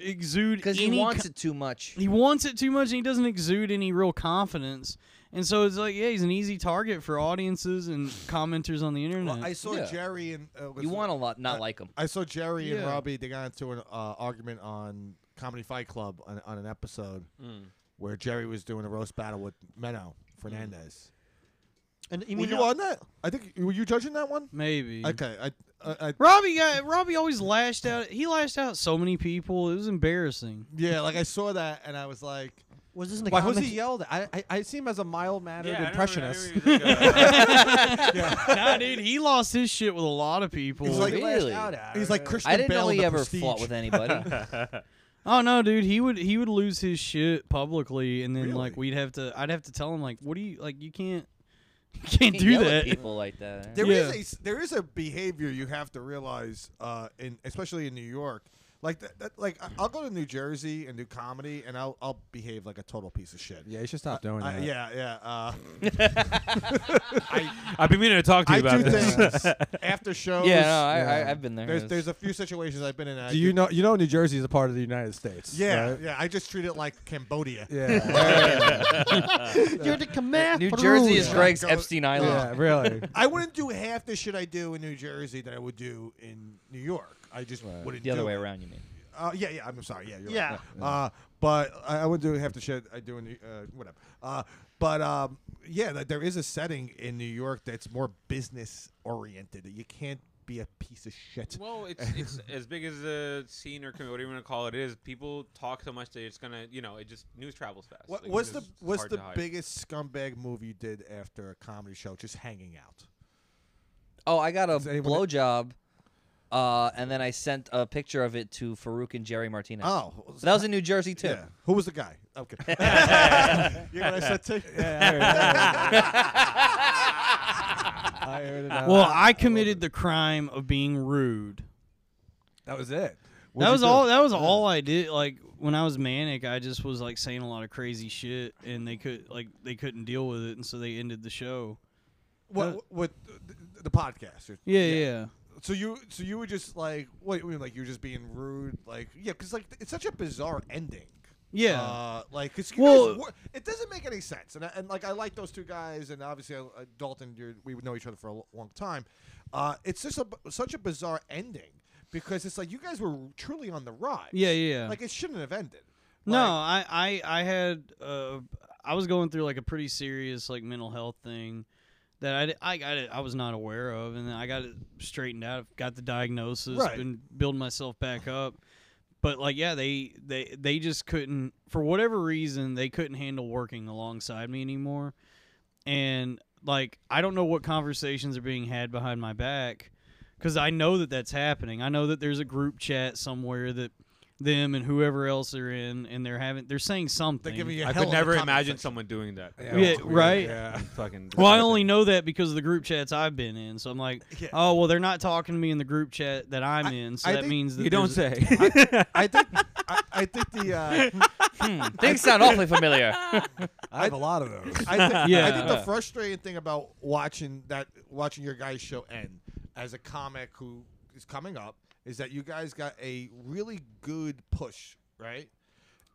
exude
Because he
any
wants
co-
it too much.
he wants it too much and he doesn't exude any real confidence and so it's like yeah he's an easy target for audiences and commenters on the internet
Well, I saw
Yeah.
Jerry and uh, was
You
it-
want to lot not
Uh,
like him.
I saw Jerry and
Yeah.
Robbie. They got into an uh, argument on Comedy Fight Club on, on an episode
Mm.
where Jerry was doing a roast battle with Menno Fernandez.
Mm.
and you
Were
mean
you
no-
on that? I think were you judging that one?
maybe
Okay, I, uh, I, I
robbie got, robbie always lashed out he lashed out at so many people it was embarrassing
yeah, like I saw that and I was like,
was this in the
Why was
comments?
he yelled? at? I, I I see him as a mild mannered impressionist.
nah dude he lost his shit with a lot of people
He's like-
Really?
he's like Christian
I didn't
Bale
know
in
he
The
ever
Prestige.
fought with anybody.
Oh no, dude, he would he would lose his shit publicly, and then like
Really?
we'd have to I'd have to tell him like, what do you like? You can't you can't
Can't
do
yell at
that.
people like that.
There is
Yeah.
a s- there is a behavior you have to realize, uh, in especially in New York. Like that, that- like I- I'll go to New Jersey and do comedy, and I'll I'll behave like a total piece of shit.
Yeah, you should stop doing
I-
that.
yeah, yeah. Uh,
I've been meaning to talk to you
I
about
do
this.
things after shows.
Yeah, no, I, I,
Yeah.
I've been there.
There's there's a few situations I've been in. and I
Do you know? You know, New Jersey is a part of the United States.
Yeah,
right?
yeah. I just treat it like Cambodia.
Yeah.
You're the command.
New Jersey is
Yeah.
Greg's
Go-
Epstein Island.
yeah. Really.
I wouldn't do half the shit I do in New Jersey that I would do in New York. I just wouldn't.
The other
do
way
it.
around, you mean?
Uh, yeah, yeah. I'm sorry. Yeah, you're
Yeah.
right. Uh, but I, I wouldn't do half the shit I do in New- uh, whatever. Uh, but um, yeah, that there is a setting in New York that's more business oriented. You can't be a piece of shit.
Well, it's it's as big as the scene or community, whatever you want to call it is. People talk so much that it's gonna, you know, it just news travels fast.
What
Like,
what's
it's
the
just
what's
hard
the
to hide.
biggest scumbag move you did after a comedy show? Just hanging out.
Oh, I got a
Does anyone-
blowjob, uh, and then I sent a picture of it to Farouk and Jerry Martinez.
Oh,
So that was in New Jersey too.
yeah. Who was the guy? Okay. you know what I said too?
I heard about
Well, I committed the crime of being rude.
that was it.
that was all. That was all I did. Like when I was manic, I just was like saying a lot of crazy shit, and they could like they couldn't deal with it, and so they ended the show.
What what the, the podcast? or-
Yeah, yeah.
So you so you were just like what you mean, like you were just being rude like yeah because like it's such a bizarre ending.
Yeah.
Uh, like cause you
Well-
guys were- it doesn't make any sense and I- and like I like those two guys and obviously I, I- Dalton you're, we know each other for a lo- long time. Uh, it's just a, b- such a bizarre ending because it's like you guys were truly on the rise.
Yeah, yeah.
Like it shouldn't have ended.
No,
Like,
I, I, I had, uh, I was going through like a pretty serious like mental health thing that I, di- I got it, I was not aware of, and then I got it straightened out, got the diagnosis,
Right.
and building myself back up. But like, yeah, they, they, they just couldn't, for whatever reason, they couldn't handle working alongside me anymore, and like, I don't know what conversations are being had behind my back. Because I know that that's happening. I know that there's a group chat somewhere that them and whoever else are in, and they're having they're saying something.
they're giving you
I
hell in
could
the
never
comment
imagine
section.
someone doing that.
Yeah, right.
Yeah. Fucking.
Well, I
disgusting.
only know that because of the group chats I've been in. So I'm like,
Yeah.
oh well, they're not talking to me in the group chat that I'm
I-
in. So
I
that
think
means that
You don't
there's-
say.
I think I, I think the uh,
Hmm, things sound awfully familiar.
I have a lot of those.
I think, I think the
Yeah.
frustrating thing about watching that watching your guys show end as a comic who is coming up is that you guys got a really good push, right?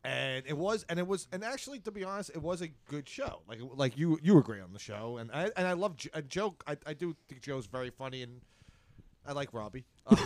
And it was, and it was, and actually, to be honest, it was a good show. Like, like you, you were great on the show, and I, and I love Jo- uh, Joe. I, I do think Joe's very funny, and I like Robbie. Um,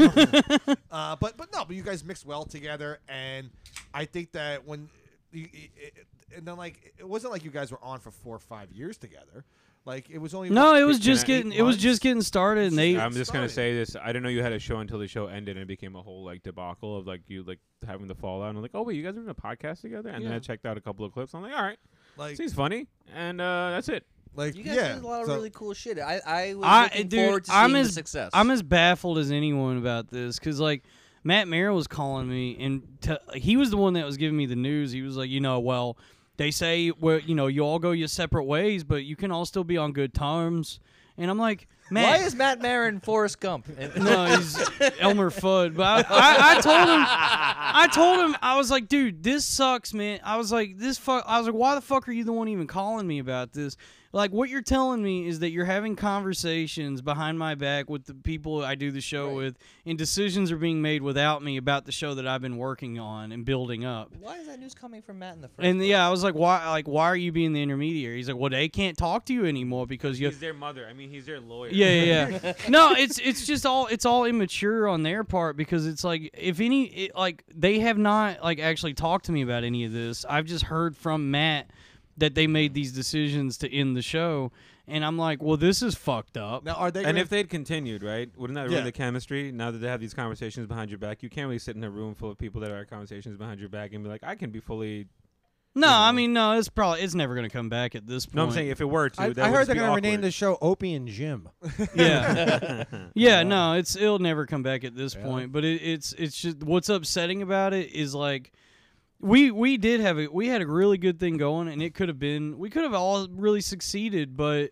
uh, but but no, but you guys mixed well together, and I think that when you, it- it- and then like it wasn't like you guys were on for four or five years together, like it was only
No,
what,
it was
six,
just
seven,
getting
eight
it was
months?
just getting started, and they
I'm just
started.
gonna say this. I didn't know you had a show until the show ended, and it became a whole like debacle of like you like having the fallout. And I'm like, oh wait, you guys are in a podcast together. And then I
Yeah.
checked out a couple of clips. I'm like, all right,
like
seems funny, and uh, that's it.
like
You guys
yeah,
did a lot of
so-
really cool shit. I, I was
I-
looking
dude,
forward to
I'm
seeing the
as-
success.
I'm as baffled as anyone about this because like Matt Merrill was calling me and t- he was the one that was giving me the news. He was like, you know, well, they say well, you know, you all go your separate ways, but you can all still be on good terms. And I'm like,
Why
Matt,
is Matt Maron Forrest Gump?
no, he's Elmer Fudd. But I, I, I told him, I told him, I was like, dude, this sucks, man. I was like, this fuck. I was like, why the fuck are you the one even calling me about this? Like, what you're telling me is that you're having conversations behind my back with the people I do the show with, and decisions are being made without me about the show that I've been working on and building up.
Why is that news coming from Matt in the first?
And
place?
yeah, I was like, why? Like, why are you being the intermediary? He's like, well, they can't talk to you anymore because you.
He's their mother. I mean, he's their lawyer.
Yeah, yeah, yeah. no, it's it's just all it's all immature on their part because it's like if any it, like they have not like actually talked to me about any of this. I've just heard from Matt that they made these decisions to end the show, and I'm like, well, this is fucked up.
now are they
And
gonna-
if they'd continued, right? Wouldn't that
Yeah.
ruin the chemistry? Now that they have these conversations behind your back, you can't really sit in a room full of people that are conversations behind your back and be like, I can be fully.
No, I mean, no, it's probably it's never gonna come back at this point.
No, I'm saying if it were to,
I,
that
I
would
heard
just
they're
be
gonna rename
awkward.
the show Opie and Jim.
yeah, yeah. No, it's it'll never come back at this point. But it, it's it's just what's upsetting about it is like we we did have a we had a really good thing going, and it could have been we could have all really succeeded, but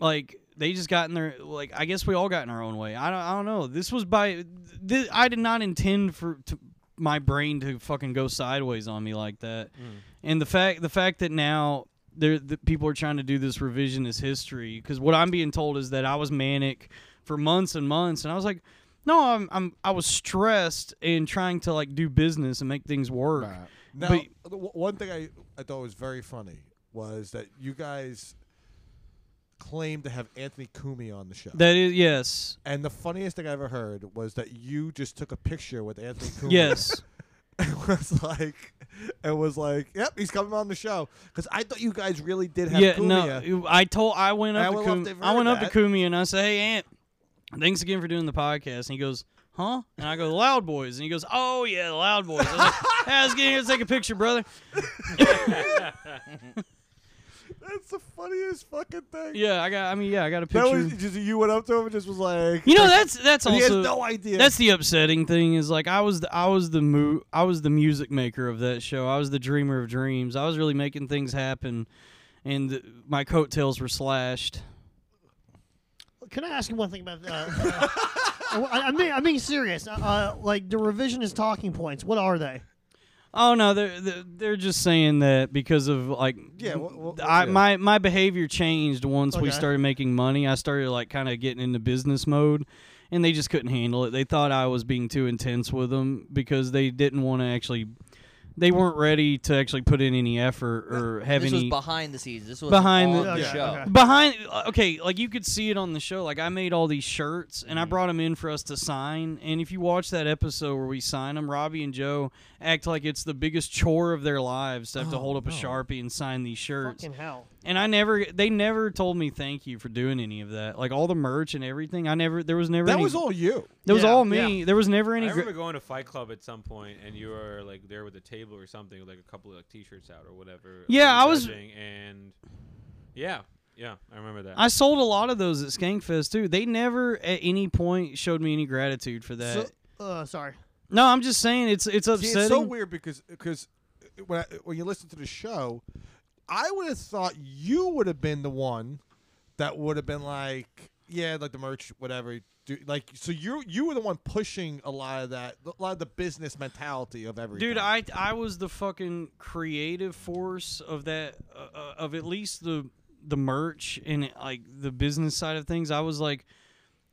like they just got in their like I guess we all got in our own way. I don't I don't know. This was by th- I did not intend for to my brain to fucking go sideways on me like that.
Mm.
And the fact the fact that now there that people are trying to do this revisionist history because what I'm being told is that I was manic for months and months, and I was like, no, I'm, I'm I was stressed and trying to like do business and make things work.
Right. Now,
But-
the w- one thing I, I thought was very funny was that you guys claimed to have Anthony Kumi on the show.
That is yes,
and the funniest thing I ever heard was that you just took a picture with Anthony Kumi.
yes.
it was like, it was like, yep, he's coming on the show. Because I thought you guys really did have
yeah,
Kumi.
no. I told I went
I
up
would
to
love
Kumi,
to have
I went
heard
up to
that.
Kumi and I said, "Hey, Aunt, thanks again for doing the podcast." And he goes, "Huh?" And I go, "The "Loud Boys." And he goes, "Oh yeah, the Loud Boys." I was like, hey, "Let's get in here, and take a picture, brother."
That's the funniest fucking thing.
Yeah, I got. I mean, yeah, I got a
That
picture.
was just you went up to him and just was like,
you know, that's that's
he has
also
no idea.
that's the upsetting thing is like I was the, I was the mo- I was the music maker of that show. I was the dreamer of dreams. I was really making things happen, and my coattails were slashed.
Uh, Can I ask you one thing about that? Uh, I, I'm, being, I'm being serious. Uh, uh, like the revisionist talking points. What are they?
Oh no, they're they're- they're just saying that because of like
Yeah, wha- wha-
I,
yeah.
my my behavior changed once we
Okay.
started making money. I started like kind of getting into business mode, and they just couldn't handle it. They thought I was being too intense with them because they didn't want to actually. They weren't ready to actually put in any effort or have
This was
any
behind the scenes. This was
Behind
on
the-
the
Yeah,
show.
okay.
behind uh, okay like you could see it on the show like i made all these shirts and i brought them in for us to sign and if you watch that episode where we sign them robbie and joe act like it's the biggest chore of their lives to have to hold up a sharpie and sign these shirts
Fucking hell.
and i never they never told me thank you for doing any of that like all the merch and everything i never there was never
that
any,
was all you.
that was
Yeah,
all me there was never
I
any gr-
remember going to Fight Club at some point, and you were like there with a table or something, with, like a couple of like t-shirts out or whatever. of
Yeah,
you
I was-
judging, and yeah, yeah, I remember that.
I sold a lot of those at Skankfest too. They never at any point showed me any gratitude for that.
So, uh, sorry.
no, I'm just saying it's it's upsetting.
See, it's so weird because because uh, when I, when you listen to the show, I would have thought you would have been the one that would have been like, yeah, like the merch, whatever. Do, like so you you were the one pushing a lot of that, a lot of the business mentality of everything.
Dude, I I was the fucking creative force of that uh, uh, of at least the the merch and like the business side of things. I was like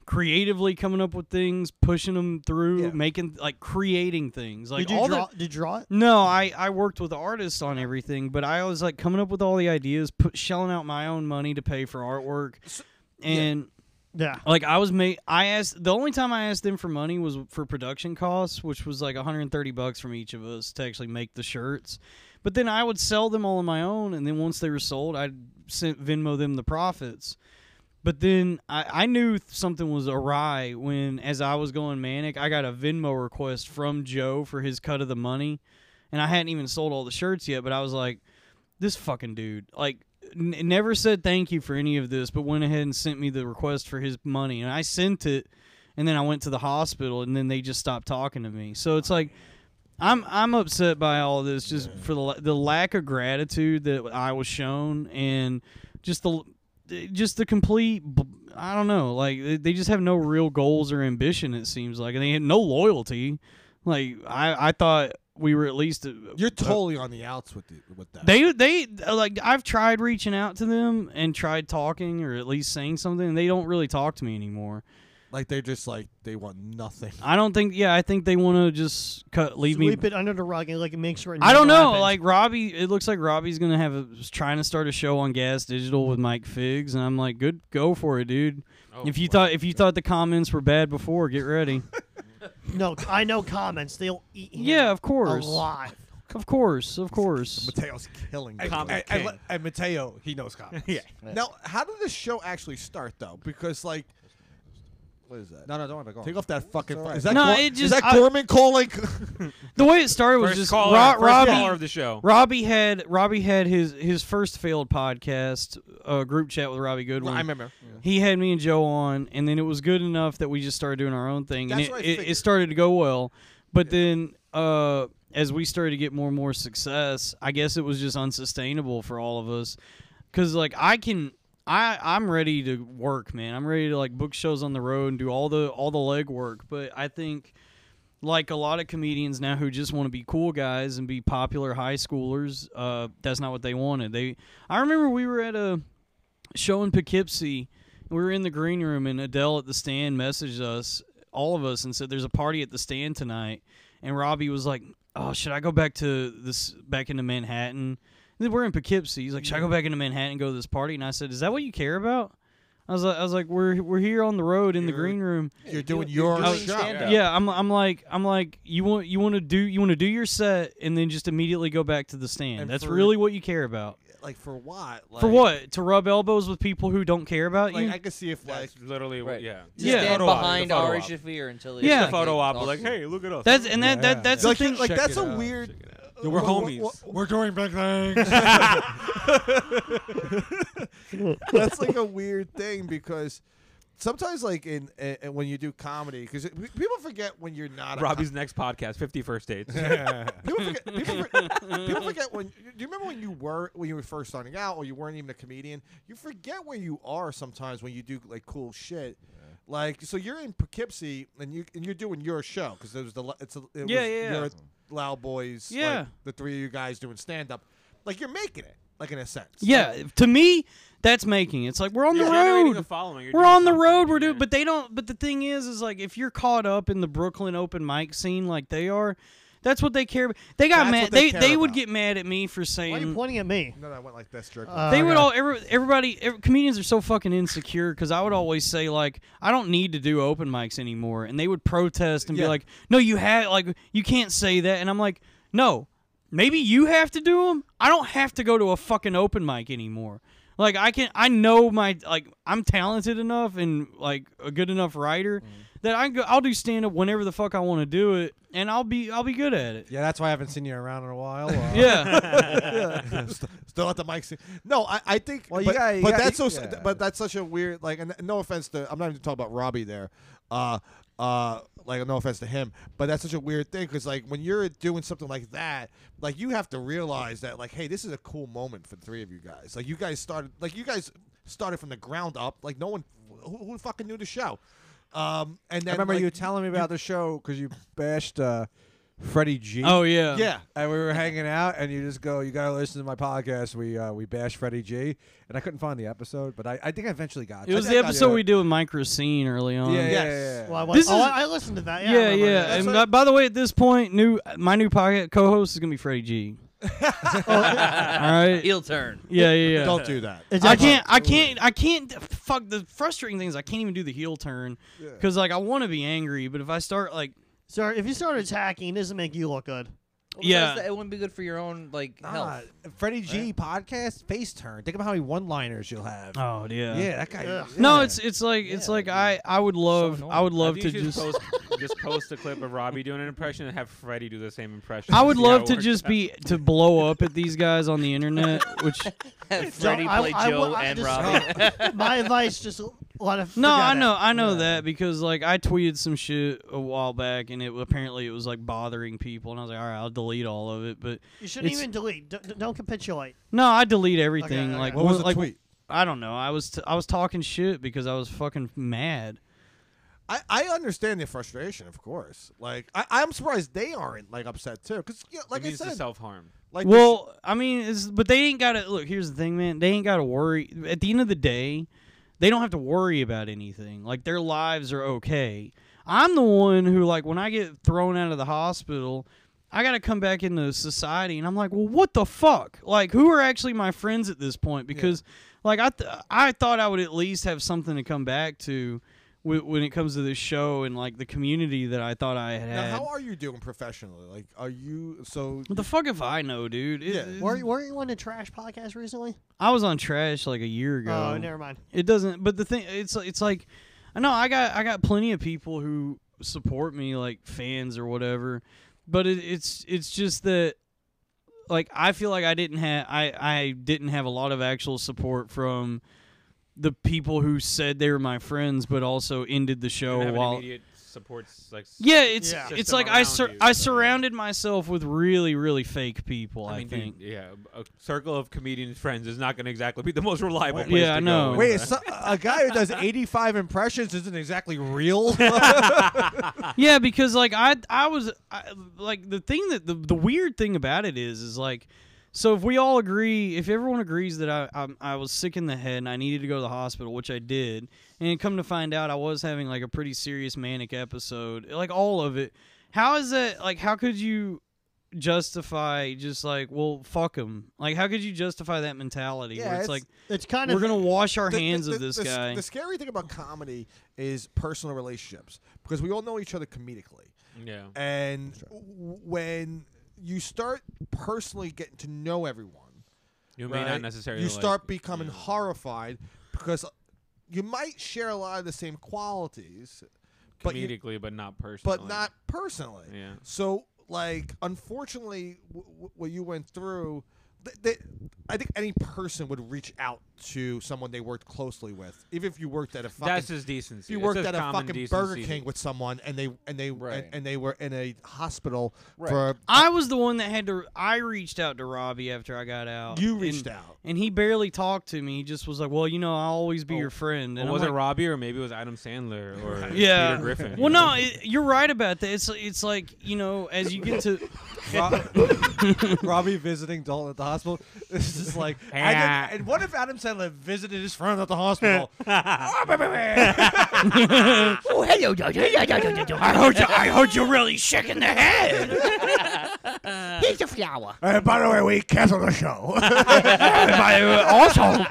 creatively coming up with things, pushing them through,
Yeah.
making like creating things. Like
did you
all
draw?
the
Did you draw it?
no, I, I worked with artists on everything, but I was like coming up with all the ideas, put shelling out my own money to pay for artwork, and
Yeah.
like I was made. I asked the only time I asked them for money was for production costs, which was like 130 bucks from each of us to actually make the shirts. But then I would sell them all on my own, and then once they were sold, I'd sent Venmo them the profits. But then I, I knew something was awry when, as I was going manic, I got a Venmo request from Joe for his cut of the money, and I hadn't even sold all the shirts yet. But I was like, this fucking dude like n- never said thank you for any of this but went ahead and sent me the request for his money and i sent it and then i went to the hospital and then they just stopped talking to me so it's like i'm i'm upset by all this just for the la- the lack of gratitude that i was shown and just the just the complete b- i don't know like they- they just have no real goals or ambition it seems like and they had no loyalty like i i thought we were at least uh,
you're totally on the outs with the, with that.
they they uh, like I've tried reaching out to them and tried talking or at least saying something and they don't really talk to me anymore.
like they're just like they want nothing.
I don't think yeah, I think they want to just cut leave
Sweep
me
it under the rug and like make sure. It
I don't
never
know.
happened.
Like Robbie, it looks like Robbie's gonna have a, is trying to start a show on Gas Digital with Mike Figs, and I'm like, good, go for it, dude.
Oh,
if you
wow.
thought if you thought the comments were bad before, get ready.
no, I know comments. They'll eat. Him
yeah, of course,
Alive.
of course, of course.
Mateo's killing. me.
Comic
And,
King.
and Mateo, he knows comics. yeah.
Now, how did this show actually start though? Because like, what is that?
No, no, don't worry about it.
Take off that fucking.
It's all right.
Is that
No,
Gor-
it
is
just-
that
I-
Gorman calling?
The way it started was
first
just
caller,
Ro-
first
Robbie.
caller of the show.
Robbie had Robbie had his his first failed podcast uh, group chat with Robbie Goodwin.
I remember.
he had me and Joe on, and then it was good enough that we just started doing our own thing,
That's
and
what I
it, it, it
figured.
started to go well. But then, uh, as we started to get more and more success, I guess it was just unsustainable for all of us, because like I can. I, I'm ready to work, man. I'm ready to like book shows on the road and do all the all the legwork. But I think like a lot of comedians now who just want to be cool guys and be popular high schoolers. Uh, that's not what they wanted. They, I remember we were at a show in Poughkeepsie. We were in the green room, and Adele at the stand messaged us, all of us, and said, "There's a party at the stand tonight." And Robbie was like, "Oh, should I go back to this back into Manhattan?" And then we're in Poughkeepsie. He's like, "Should I go back into Manhattan and go to this party?" And I said, "Is that what you care about?" I was like, "I was like, we're we're here on the road in the green room."
You're doing your
doing
show.
stand-up.
Yeah, I'm, I'm like I'm like you want you want to do you want to do your set and then just immediately go back to the stand.
And
That's
for-
really what you care about.
Like for what? Like,
For what? To rub elbows with people who don't care about
Like
you?
I could see if like
That's literally what-
Right.
yeah.
Just Yeah.
stand
Photo op,
behind
the photo
Ari
op.
Shaffir until
Yeah.
The photo op, like,
exhausted.
hey, look at us.
that's and that,
Yeah.
that that's
like,
the thing.
like
Check
that's
it
a
out,
weird.
check it out.
uh,
We're
wha-
homies.
wha- wha- we're doing big things. that's like a weird thing because sometimes, like in uh, when you do comedy, because people forget when you're not a com-
Robbie's next podcast, 51st dates.
people forget. People, for, people forget when. Do you remember when you were when you were first starting out, or you weren't even a comedian? You forget where you are sometimes when you do like cool shit. Like so, you're in Poughkeepsie and you and you're doing your show because there was the lo- it's a, it
Yeah,
was
yeah, yeah.
your Loud Boys like,
Yeah.
the three of you guys doing stand up like you're making it like in a sense
yeah, to me that's making. it. It's like we're on
You're
the
generating
road.
a following. You're
we're
doing
on the
something,
road. We're doing,
yeah.
but they don't. But the thing is, is like if you're caught up in the Brooklyn open mic scene like they are, that's what they care. about. They got
That's
mad.
what they
they
care
would
about.
get mad at me for
Why are you
saying
pointing at me?
no, no, I went like this jerk.
Uh,
they
Oh,
would
Okay.
all every, everybody ev comedians are so fucking insecure because i would always say like i don't need to do open mics anymore and they would protest and
Yeah.
be like no you have like you can't say that and i'm like no maybe you have to do them i don't have to go to a fucking open mic anymore like i can i know my like i'm talented enough and like a good enough writer
Mm.
that i can go, i'll do stand up whenever the fuck i want to do it and i'll be i'll be good at it
Yeah, that's why I haven't seen you around in a while. Uh,
yeah
St- still at the mic. scene. No, I, I think.
Well, you
but,
gotta- you
but
gotta-
that's so.
you-
s
yeah.
But that's such a weird. Like, and no offense to. I'm not even talking about Robbie there. Uh, uh, like no offense to him, but that's such a weird thing because like when you're doing something like that, like you have to realize that like, hey, this is a cool moment for the three of you guys. Like you guys started, like you guys started from the ground up. Like no one, who, who fucking knew the show. Um, and
I
then
remember
like,
you telling me about the show because you bashed uh, Freddie G.
oh yeah
Yeah,
and we were hanging out, and you just go, "You gotta listen to my podcast." We uh, we bash Freddie G, and I couldn't find the episode, but I, I think I eventually got.
it was
I
the
think I
episode
got
we did with micro scene early on
Yeah, yeah,
Yes.
yeah, yeah.
Well, I,
This
oh,
is-
I, I listened to that. Yeah, I
Yeah, yeah.
remember that.
And
That's
uh, by the way, at this point, new my new podcast co-host is gonna be Freddie G. All right.
Heel turn.
Yeah, yeah, yeah.
don't do that.
Is
I
that-
can't. I can't. I can't. Fuck. The frustrating thing is I can't even do the heel turn because like I want to be angry, but if I start like
Sorry, if you start attacking, it doesn't make you look good.
Well,
Yeah.
besides that, it wouldn't be good for your own like
Nah,
health.
Freddie G podcast face turn. Think about how many one-liners you'll have.
oh
yeah. that guy.
Ugh.
yeah.
No, it's it's like it's like I I would love I would
I
love
think
to
you should
just
post, just post a clip of Robbie doing an impression and have Freddie do the same impression.
I
and
would
see how
love
it
to
works
just
out.
be to blow up at these guys on the internet, which
Have Freddie
I-
play
I- I-
Joe
I
and
just-
Robbie.
My advice, just a lot of.
No,
forget
I
it.
know, I know that because like I tweeted some shit a while back, and it apparently it was like bothering people, and I was like, all right, I'll delete all of it. But
You shouldn't
It's-
even delete. D- d- don't capitulate.
no, I delete everything.
okay.
Like
What was
wh-
the
like,
tweet?
I don't know. I was t- I was talking shit because I was fucking mad.
I, I understand the frustration, of course. Like I, I'm surprised they aren't like upset too, because you know, like
it
I
means
said,
self harm.
like
Well, I mean, it's, but they ain't got to look. Here's the thing, man. They ain't got to worry. At the end of the day, they don't have to worry about anything. Like their lives are okay. I'm the one who, like, when I get thrown out of the hospital, I got to come back into society, and I'm like, well, what the fuck? Like, who are actually my friends at this point? Because, like, I th- I thought I would at least have something to come back to. wh- When it comes to this show and like the community that I thought I had,
now,
had.
how are you doing professionally? Like, are you so?
what the fuck if I know, dude? It-
Yeah.
it's-
Were, you- were you on the trash podcast recently?
I was on trash like a year ago.
Oh, never mind.
It doesn't. But the thing, it's it's like, I know I got I got plenty of people who support me, like fans or whatever. But it, it's it's just that, like I feel like I didn't have I I didn't have a lot of actual support from the people who said they were my friends, but also ended the
You
show
don't have an
while
immediate supports like. s-
Oh, Yeah, it's
Yeah.
it's
System
like I
around
sur-
you,
I
so-
surrounded myself with really really fake people. I,
I mean, dude,
think.
yeah, a circle of comedian friends is not going to exactly be the most reliable.
Wait,
place
yeah,
to
I
go
know.
in
Wait,
that.
so, a guy who does 85 impressions isn't exactly real.
yeah, because like I I was I, like the thing that the, the weird thing about it is is like so if we all agree if everyone agrees that I I'm, I was sick in the head and I needed to go to the hospital which I did and come to find out I was having like a pretty serious manic episode like all of it how is that like how could you justify just like well fuck him like how could you justify that mentality
Yeah,
where it's,
it's-
like
It's kind
we're
of
gonna wash our
the- the-
hands
the-
of this
the, s-
guy
The scary thing about comedy is personal relationships because we all know each other comedically,
Yeah.
and w- when you start personally getting to know everyone,
You may
right,
not necessarily.
you
like-
start becoming
yeah.
horrified because you might share a lot of the same qualities, but you,
comedically, but not personally.
but not personally.
Yeah.
So, like, unfortunately, w- w- what you went through, th- th- I think any person would reach out to someone they worked closely with, even if you worked at a fucking.
That's his decency.
if you
It's
worked
just
at a
common
fucking
decency.
Burger King with someone and they and they
Right.
and, and they were in a hospital
Right.
for
I was the one that had to. I reached out to Robbie after I got out.
you
and-
reached out.
and he barely talked to me. He just was like, "Well, you know, I'll always be
Oh,
your friend."
Well,
And I'm
was it
like,
Robbie or maybe it was Adam Sandler or
Yeah.
Peter Griffin?
Well, no, it, you're right about that. It's it's like you know, as you get to
Robbie visiting Dalton at the hospital. This is like,
Yeah.
I did, and what if Adam Sandler visited his friend at the hospital?
Oh, hello, I heard you. I heard you're really sick in the head. Here's a flower.
Uh, by the way, we canceled the show.
also,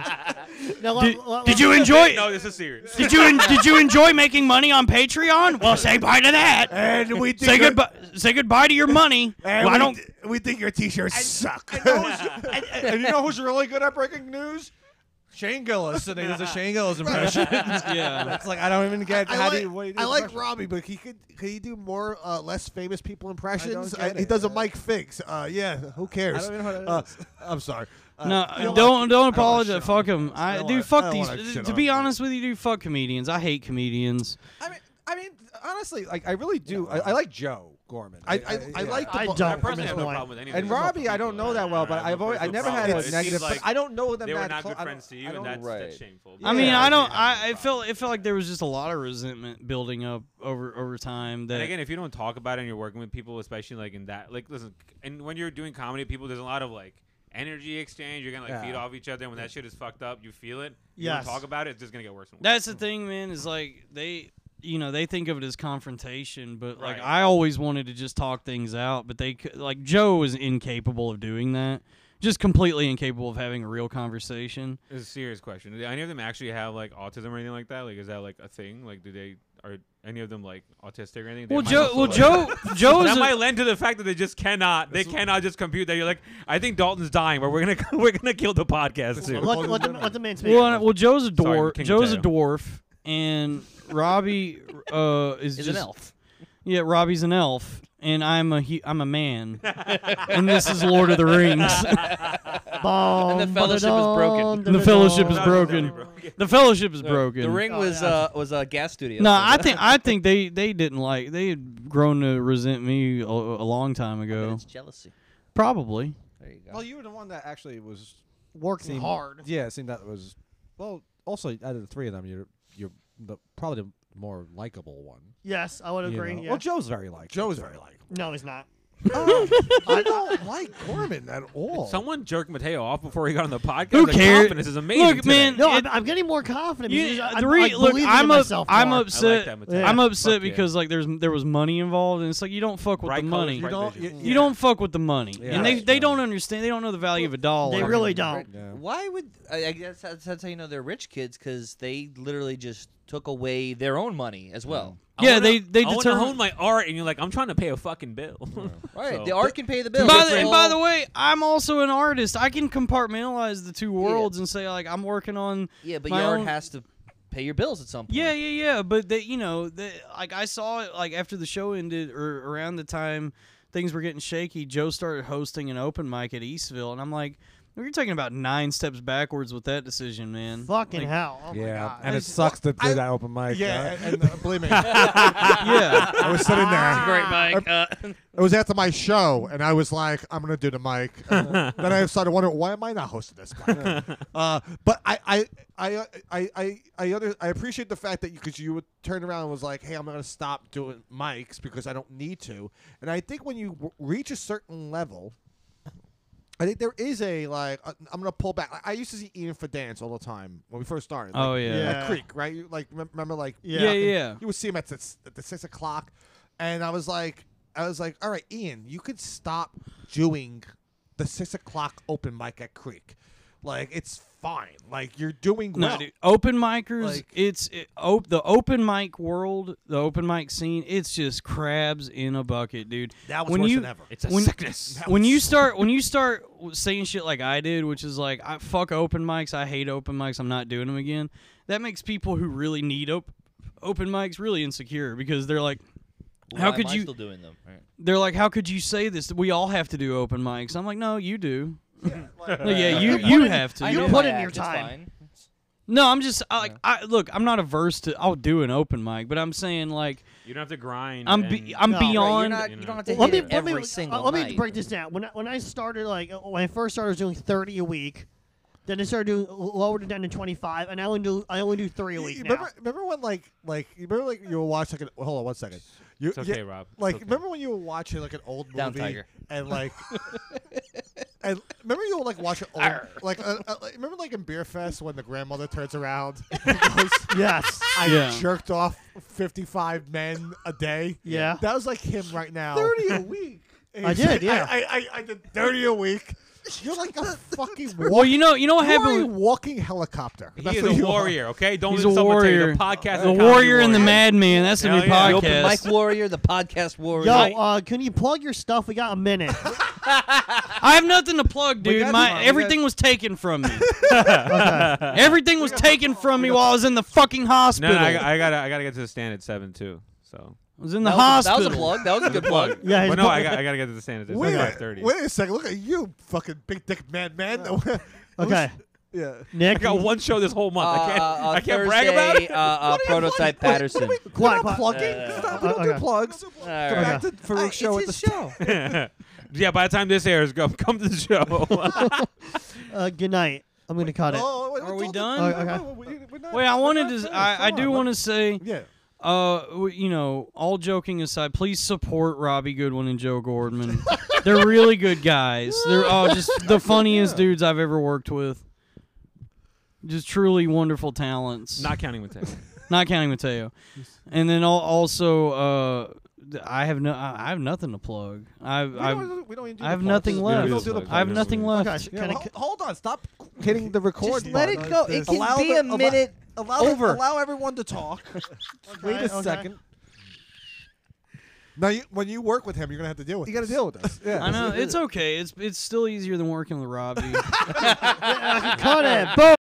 No,
Did-
let- let-
did you enjoy?
no, this is serious.
Did you en- did you enjoy making money on Patreon? Well, say bye to that.
and we
say goodbye. Say goodbye to your money.
And
Why
we,
don't?
we think your t-shirts suck.
and-
and you know who's really good at breaking news? Shane Gillis, and he does a Shane Gillis impression.
yeah,
it's like I don't even get
I
how
like,
do you, what do you do
I like
impression?
Robbie, but he could could he do more uh, less famous people impressions?
get
Uh, he
it.
does a
Uh,
Mike Figgs. Uh, yeah, who cares?
I don't even know what that
uh, I'm sorry. Uh,
no,
you know
don't
what?
don't,
wanna
apologize.
shit
Fuck
on
him,
him. I
I,
don't
dude.
wanna- I
Fuck
don't
these.
wanna shit
to
on
be
him.
honest with you, dude, fuck comedians. I hate comedians.
I mean, I mean, honestly, like I really do. I, I like Joe Gorman.
I, I, I like the
I
bu-
don't.
I personally have no
Why?
problem with anyone.
And Robbie, I don't know that well, but I've always, I never had a
It seems
negative.
Like
but I don't know them
they were
that
not
clo-
good
I
friends to
don't-
you,
I
and
don't-
that's,
Right.
that's shameful.
I mean,
Yeah.
I don't. I it felt it felt like there was just a lot of resentment building up over over time. That
And again, if you don't talk about it and you're working with people, especially like in that, like listen, and when you're doing comedy, people there's a lot of like energy exchange. You're gonna like
Yeah.
feed off each other. And when that shit is fucked up, you feel it. You
Yes.
don't talk about it. It's just gonna get worse and worse.
That's the thing, man. Is like they, you know, they think of it as confrontation, but like
Right.
I always wanted to just talk things out. But they, c- like Joe, is incapable of doing that. Just completely incapable of having a real conversation.
It's a serious question. Do any of them actually have like autism or anything like that? Like, is that like a thing? Like, do they are any of them like autistic or anything? They
well,
might
Joe.
also,
Well,
like-
Joe. Joe is.
That
a-
might lend to the fact that they just cannot. They cannot just compute that. You're like, I think Dalton's dying, but we're gonna we're gonna kill the podcast too.
Let, let, the, let the man speak.
well, uh, well, Joe's a
Sorry,
dwarf.
King
Joe's a
Potato.
dwarf, and Robbie uh, is
Is
just
an elf.
yeah. Robbie's an elf, and I'm a he, I'm a man, and this is Lord of the Rings.
Bum,
And the fellowship is broken.
The fellowship is
That was
broken.
definitely broken.
the fellowship is broken.
The ring
Oh,
was
yeah.
uh, was a gas studio.
No, I think I think they they didn't like they had grown to resent me a, a long time ago.
It's jealousy.
Probably.
There you go.
Well, you were the one that actually was.
Working
Seem-
hard.
Yeah, it seemed that was. Well, also out of the three of them, you're you're the, probably the more likable one.
Yes, I would
you
agree.
know?
yeah.
Well, Joe's very likable.
Joe's
too.
very likable. Um,
no, he's not.
I don't like Gorman at all.
Someone jerked Mateo off before he got on the podcast.
Who
The
cares?
confidence is amazing.
Look,
today.
man,
No,
It-
I'm, I'm getting more confident.
You-
because I'm,
the re-
like,
look,
believing in
I'm up,
myself
I'm
more.
upset.
that, Mateo.
I'm
Fuck
upset
yeah.
because like there's there was money involved, and it's like you don't fuck with
Bright
the money.
colors, bright
You don't-
vision.
you-
You don't fuck with the money,
Yeah.
and they
Right.
they don't understand. They don't know the value of a dollar.
They really don't.
Oh
Yeah.
Why would I, I guess that's, that's how you know they're rich kids because they literally just took away theter own money as well.
I
Yeah,
wanna-
they- they
I wanna
determine-
own my art, and you're like, I'm trying to pay a fucking bill.
Right,
So-
the art can pay the
By
bills.
the, and by the way, I'm also an artist. I can compartmentalize the two worlds and say like I'm working on
yeah, but
my
your art
own-
has to pay your bills at some point.
Yeah, yeah, yeah. But they, you know, they, like I saw it like after the show ended or around the time things were getting shaky, Joe started hosting an open mic at Eastville, and I'm like, You're talking about nine steps backwards with that decision, man.
Fucking
Like,
hell. Oh my
yeah,
God.
and it sucks to do
I-
that open mic.
yeah,
huh?
and, Ah. and, uh, believe me, I
yeah.
was sitting there.
Great, Mike. Uh,
It was after my show, and I was like, "I'm gonna do the mic." And then I started wondering, why am I not hosting this? mic? uh, but I, I, I, I, I, I, under, I appreciate the fact that because you, would turn around and was like, "Hey, I'm gonna stop doing mics because I don't need to." And I think when you w- reach a certain level, I think there is a like, uh, I'm gonna pull back. I, I used to see Ian for dance all the time when we first started.
Oh
like,
yeah.
Yeah.
at Creek, right? You, like rem- remember, like
Yeah,
fucking-
yeah.
You would see him at the, s- at the six o'clock, and I was like, I was like, all right, Ian, you could stop doing the six o'clock open mic at Creek. Like it's fine. Like you're doing
No,
well.
dude, open micers.
Like-
it's it, op- the open mic world, the open mic scene. It's just crabs in a bucket, dude.
That was
when
worse
you,
than ever.
It's a when, sickness. When you start, when you start saying shit like I did, which is like, I fuck open mics. I hate open mics. I'm not doing them again. That makes people who really need op- open mics really insecure because they're like, how
Why
could
am I
you?
still doing them? Right.
they're like, how could you say this? We all have to do open mics. I'm like, no, you do. Yeah, yeah you you have to.
I
yeah.
know
put
my
in
act,
your
it's
time.
fine.
No, I'm just I, like I look. I'm not averse to. I'll do an open mic, but I'm saying like
You don't have to grind.
I'm
and-
be, I'm
No, right,
Right, you're
beyond.
not,
you
you
know.
don't have to hit
let me
it
let me
every
uh,
single
let me
night.
break this down. When I, when I started, like uh, when I first started, I was doing thirty a week. Then I started doing lowered it down to twenty five, and I only do I only do three a
You-
week
you
now.
remember, remember when like like you remember like you were watching like an, hold on one second. You,
It's okay,
you-
Rob. It's
Like
okay.
remember when you were watching like an old movie
Down, tiger.
and like and remember you were like watching old like uh, uh, like, remember like in Beer Fest when the grandmother turns around and goes,
Yes.
I
Yeah.
jerked off 55 men a day.
Yeah.
That was like him right now. 30 a week.
I did, yeah.
I, I, I did 30 a week. You're like a fucking
Well,
walking,
you know you know what
you're a
happened. with-
walking helicopter.
He
That's
is
what
a
you are.
warrior, okay? Don't
He's
let
a
someone tell you.
warrior.
The podcast is
the
a comedy
warrior and the
warrior.
madman. That's the new
Hell yeah. The
The open mic
podcast.
warrior, the podcast warrior.
Yo,
Right.
uh, can you plug your stuff? We got a minute.
I have nothing to plug, dude.
got
My
tomorrow. We
everything was taken from me. Everything was taken from me while I was in the fucking
No,
hospital.
no, I, I gotta, I gotta get to the stand at seven too. So,
I was in the
that, was a, that
hospital.
was a plug. That was a good plug.
Yeah,
but
his
no,
bu-
I, got, I gotta get to the stand at this.
Wait,
five
a,
thirty.
wait a second. Look at you, fucking big dick madman.
okay.
yeah.
I
Nick,
got one show this whole month. I can't,
Uh, uh,
I can't brag about
Thursday,
it.
Uh, uh, prototype Patterson.
Quiet,
We're not
quiet.
plugging.
Uh,
Stop.
We
We
don't
don't
uh,
do
okay.
plugs.
All
Go
right.
back to Farouk's show at the show.
uh,
yeah, by the time this airs, come come to the show.
uh, good night. I'm gonna cut it.
Oh, wait,
Are
we're
we
talking-
done?
we're-
Okay.
we're- we're- we're not-
Wait, I
we're
wanted
not
to.
finished.
I, I
Come
do
on,
want to
let's-
say.
Yeah.
Uh, w- you know, all joking aside, please support Robbie Goodwin and Joe Gordman. They're really good guys. They're all just the funniest dudes I've ever worked with. Just truly wonderful talents.
Not counting with that.
Not counting Mateo. And then al- also, uh, th- I have no, I I have nothing to plug. I,
We
I,
don't, we don't even do
I
the
have
plugs.
nothing
We
left.
don't do the
I
I have
plugs. Oh
nothing left.
Okay, sh-
Yeah,
can I
well,
c-
hold on, stop
Hitting the record
Just let it
button.
go. It can
Allow
be
the-
a
allow-
minute
Allow,
over.
allow everyone to talk. Wait
Okay,
a
okay.
second.
Now, you, when you work with him, you're gonna have to deal with.
You got to deal with us. Yeah.
I know it's okay. It's it's still easier than working with Robbie.
cut it. Boom.